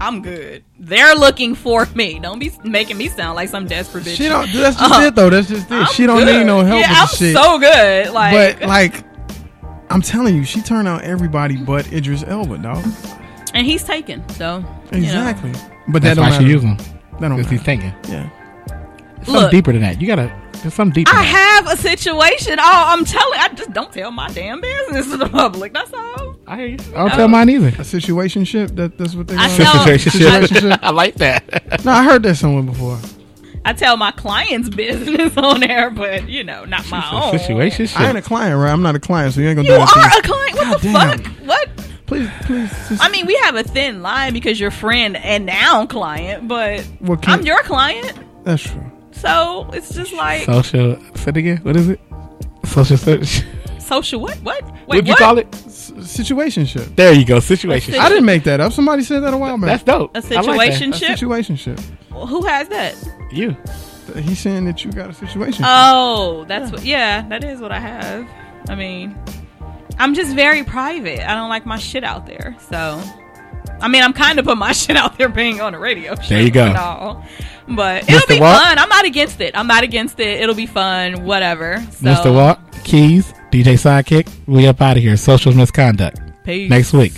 [SPEAKER 2] I'm good. They're looking for me. Don't be making me sound like some desperate bitch.
[SPEAKER 3] She don't. That's just
[SPEAKER 2] Uh,
[SPEAKER 3] it though. That's just it.
[SPEAKER 2] I'm
[SPEAKER 3] she don't
[SPEAKER 2] good.
[SPEAKER 3] need no help
[SPEAKER 2] Yeah,
[SPEAKER 3] with
[SPEAKER 2] I'm
[SPEAKER 3] the shit.
[SPEAKER 2] so good. Like,
[SPEAKER 3] but like, I'm telling you, she turned out everybody but Idris Elba, dog.
[SPEAKER 2] and he's taken. So you know.
[SPEAKER 3] Exactly. But that
[SPEAKER 4] That's
[SPEAKER 3] don't
[SPEAKER 4] why
[SPEAKER 3] matter.
[SPEAKER 4] she use them.
[SPEAKER 3] That don't
[SPEAKER 4] Because
[SPEAKER 3] matter.
[SPEAKER 4] he's thinking.
[SPEAKER 3] Yeah.
[SPEAKER 2] Look.
[SPEAKER 4] There's something deeper than that. You gotta. There's something deeper.
[SPEAKER 2] I
[SPEAKER 4] than that.
[SPEAKER 2] have a situation. Oh, I'm telling. I just don't tell my damn business to the public. That's all.
[SPEAKER 4] I hear you. I don't tell mine either.
[SPEAKER 3] A situation ship. That, that's what they.
[SPEAKER 2] I
[SPEAKER 3] call it.
[SPEAKER 2] know.
[SPEAKER 4] Situationship. I like that.
[SPEAKER 3] No, I heard that somewhere before.
[SPEAKER 2] I tell my clients' business on air, but you know, not my own.
[SPEAKER 4] Situation
[SPEAKER 3] I ain't a client, right? I'm not a client, so you ain't gonna
[SPEAKER 2] You
[SPEAKER 3] do that. to me.
[SPEAKER 2] are a client. What the
[SPEAKER 3] Goddamn.
[SPEAKER 2] fuck? What?
[SPEAKER 3] Please, please. Just,
[SPEAKER 2] I mean, we have a thin line because you're friend and now client, but
[SPEAKER 3] Well, can-
[SPEAKER 2] I'm your client,
[SPEAKER 3] that's true.
[SPEAKER 2] so it's just like
[SPEAKER 4] Social. Say it again. What is it? Social. search.
[SPEAKER 2] social. What? What? Wait,
[SPEAKER 4] What'd you
[SPEAKER 2] what?
[SPEAKER 4] call it?
[SPEAKER 3] Situation ship.
[SPEAKER 4] There you go. Situation.
[SPEAKER 3] I didn't make that up. Somebody said that a while
[SPEAKER 4] That's
[SPEAKER 3] back.
[SPEAKER 4] dope.
[SPEAKER 2] A
[SPEAKER 4] I like that.
[SPEAKER 2] situation ship.
[SPEAKER 3] Situation ship.
[SPEAKER 2] Who has that?
[SPEAKER 4] You.
[SPEAKER 3] He's saying that you got a situation.
[SPEAKER 2] Oh, that's what. Yeah, that is what I have. I mean, I'm just very private. I don't like my shit out there. So, I mean, I'm kind of put my shit out there being on the radio. show
[SPEAKER 4] you go.
[SPEAKER 2] and all. But it'll
[SPEAKER 4] Mr.
[SPEAKER 2] be
[SPEAKER 4] Walt?
[SPEAKER 2] fun. I'm not against it. I'm not against it. It'll be fun. Whatever. So,
[SPEAKER 4] Mr. Walk, Keys, DJ Sidekick. We up out of here. Social misconduct.
[SPEAKER 2] Peace.
[SPEAKER 4] Next week.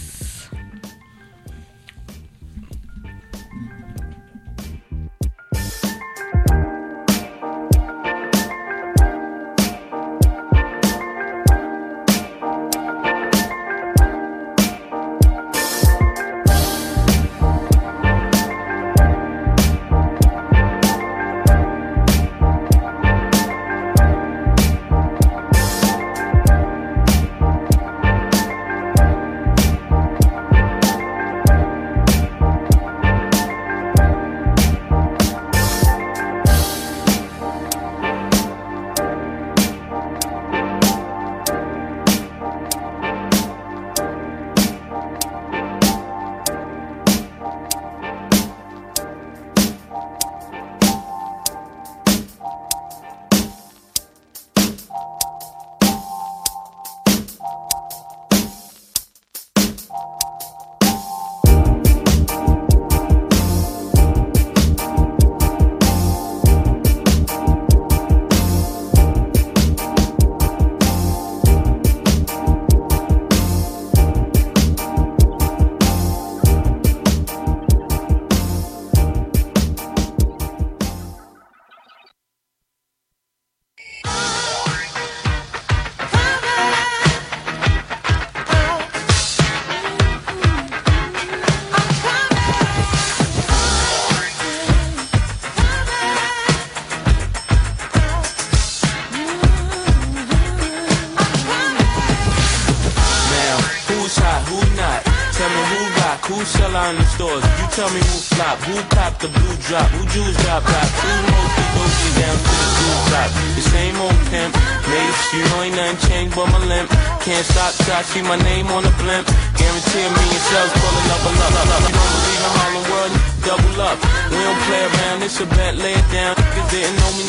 [SPEAKER 5] Now, who's hot, who not? Tell me who rock, who sell out in the stores? You tell me who flop, who popped the blue drop, who jewels drop out, who knows the doji down to the blue drop. The same old pimp, mates, you know ain't nothing changed but my limp. Can't stop till I see my name on the blimp. Guarantee a million sales, pull it up, a up, up, up. You don't believe in Harlem World? Double up. We don't play around, it's a bet, lay it down. Niggas didn't know me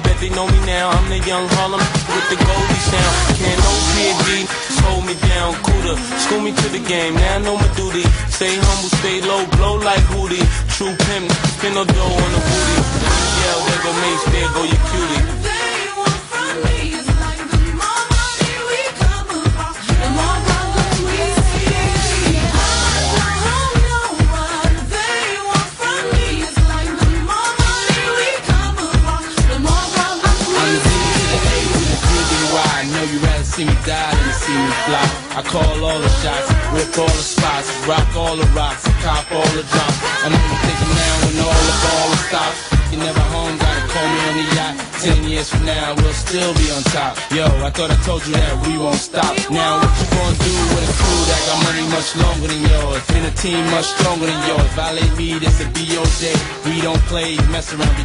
[SPEAKER 5] 91, bet they know me now. I'm the young Harlem with the Goldie sound. Can't no PD hold me down. Cooler, school me to the game. Now I know my duty. Stay humble, stay low, blow like Hootie. True pimp, spin no dough on the booty. Yeah, there go Mace, there go your cutie.
[SPEAKER 6] The more problems we see.
[SPEAKER 5] DDY, know you rather
[SPEAKER 7] see me die, then they see me fly. I call all the shots, rip all the spots, rock all the rocks, cop all the drops. I know you thinking now when all the ball stops. You never home, gotta call me on the yacht. Ten years from now, we'll still be on top. Yo, I thought I told you that we won't stop. Now, what you gonna do with a crew that got money much longer than yours? And a team much stronger than yours. Violate me, this a BOJ. We don't play, mess around, be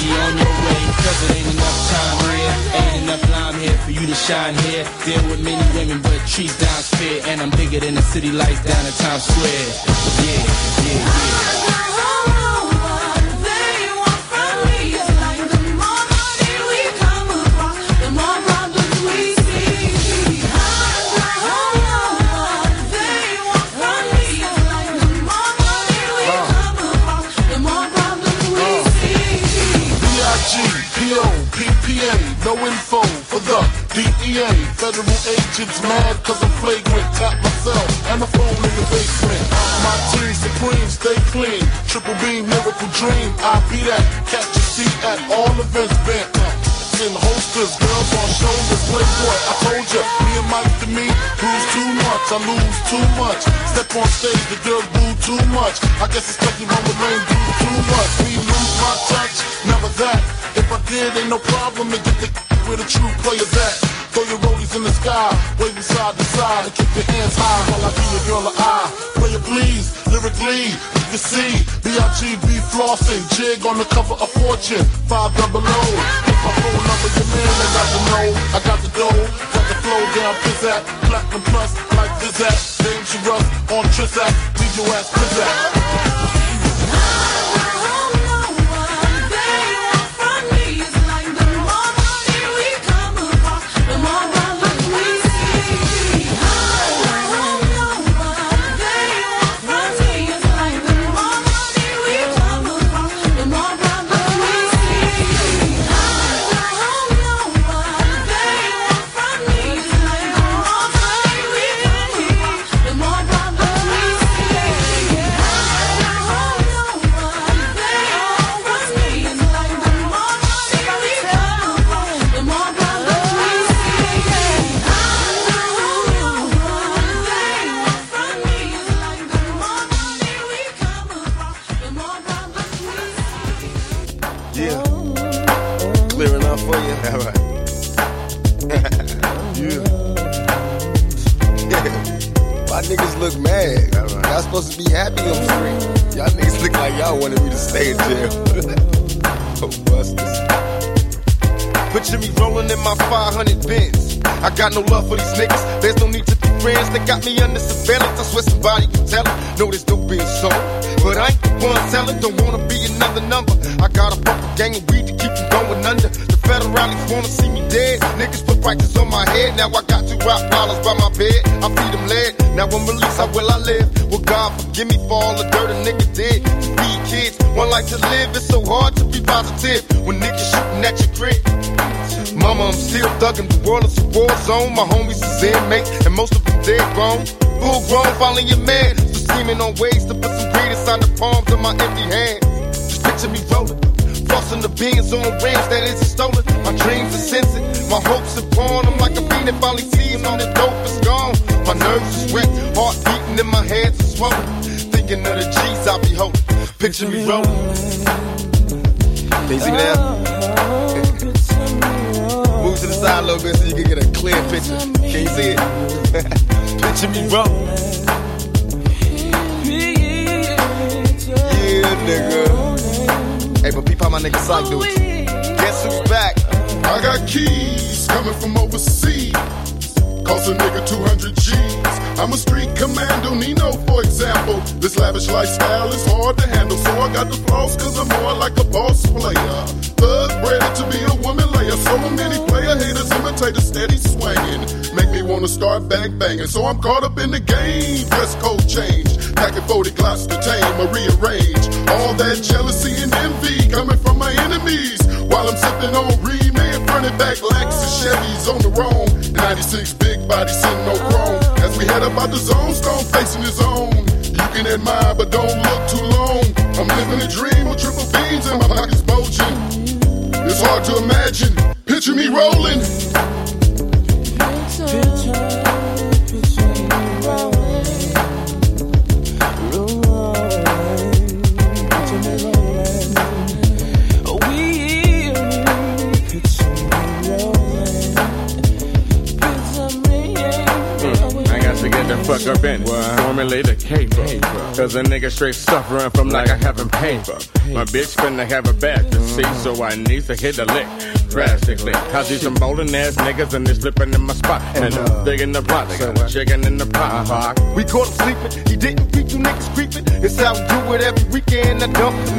[SPEAKER 7] be on your way, cause it ain't enough time here. Ain't enough lime here for you to shine here. Deal with many women, but trees down fair. And I'm bigger than the city lights down in Times Square. Yeah, yeah, yeah.
[SPEAKER 6] PPA, no info for the DEA. Federal agents mad cause I'm flagrant. Tap myself and the phone in the basement. My team supreme, stay clean. Triple B, miracle dream. I be that. Catch a seat at all events bent. In holsters, girls on shoulders, playboy. I told ya, me and Mike to me, lose too much, I lose too much. Step on stage, the girls boo too much. I guess it's lucky one with rain do too much. Me lose my touch, never that. If I did, ain't no problem to get the where the true players at. Throw your rollies in the sky, waving side to side, and keep your hands high while I give your girl an eye. Play it please, lyrically, you can see B.I.G.B. flossing, jig on the cover of Fortune, five double O. If my phone number, your man, I got the know, I got the dough, got the flow down, pizzat, platinum plus, like this at, dangerous, on Trizat, leave your ass pizzat.
[SPEAKER 8] Yeah. Clear enough for you? All right. yeah. My niggas look mad. Y'all supposed to be happy I'm free. Y'all niggas look like y'all wanted me to stay in jail. oh, busters. Picture me rolling in my 500 bins. I got no love for these niggas. There's no need to be friends. They got me under surveillance. I swear somebody can tell them. No, this dope being sold. But I ain't the one selling. Don't wanna be another number. I got a proper gang of weed to keep them going under. The federalists wanna see me dead. Niggas put prices on my head. Now I got two rock dollars by my bed. I feed them lead. Now I'm released. How will I live? Will God forgive me for all the dirt a nigga did? To feed kids, one life to live. It's so hard to be positive when niggas shooting at your crib. Mama, I'm still thugging. The world is a war zone. My homies is inmates, and most of them dead grown. Full grown, following your man. Just scheming on ways to put some greed inside the palms of my empty hands. Just picture me rolling. Flossing the beans on rings that isn't stolen. My dreams are censored. My hopes are gone. I'm like a fiend that finally sees on the dope is gone. My nerves is wrecked. Heart beating in my hands is swollen. Thinking of the G's I be holding. Picture me rolling. Can you see me now? Move to the side a little bit so you can get a clear picture. Can you see it? picture me rolling. Yeah, nigga. Hey, but peep how my nigga sock do it. Guess who's back?
[SPEAKER 6] I got keys coming from overseas. Cost a nigga 200 G's. I'm a street commando, Nino, for example. This lavish lifestyle is hard to handle, so I got the flaws, cause I'm more like a boss player. Thug bred to be a woman layer. So many player haters imitate a steady swangin'. Make me wanna start bang banging, so I'm caught up in the game. Dress code change, packing 40 glocks to tame or rearrange. All that jealousy and envy coming from my enemies. While I'm sipping on Remain, running back Lexus Chevys on the roam. 96 big body sitting no chrome. As we head up out the zone, stone facing his own. You can admire, but don't look too long. I'm living a dream with triple beams and my pockets bulging. It's hard to imagine. Picture me rolling.
[SPEAKER 4] I got to get the fuck up in it. Formulate a caper. Cause a nigga straight suffering from like I haven't paper. My bitch finna have a back to see, so I need to hit a lick. Drastically, cause these some bowling ass niggas and they slipping in my spot. And I'm digging the pot, so I'm chicken in the pot.
[SPEAKER 8] We caught him sleeping. He didn't keep you niggas creeping. It's how we do it every weekend. I dump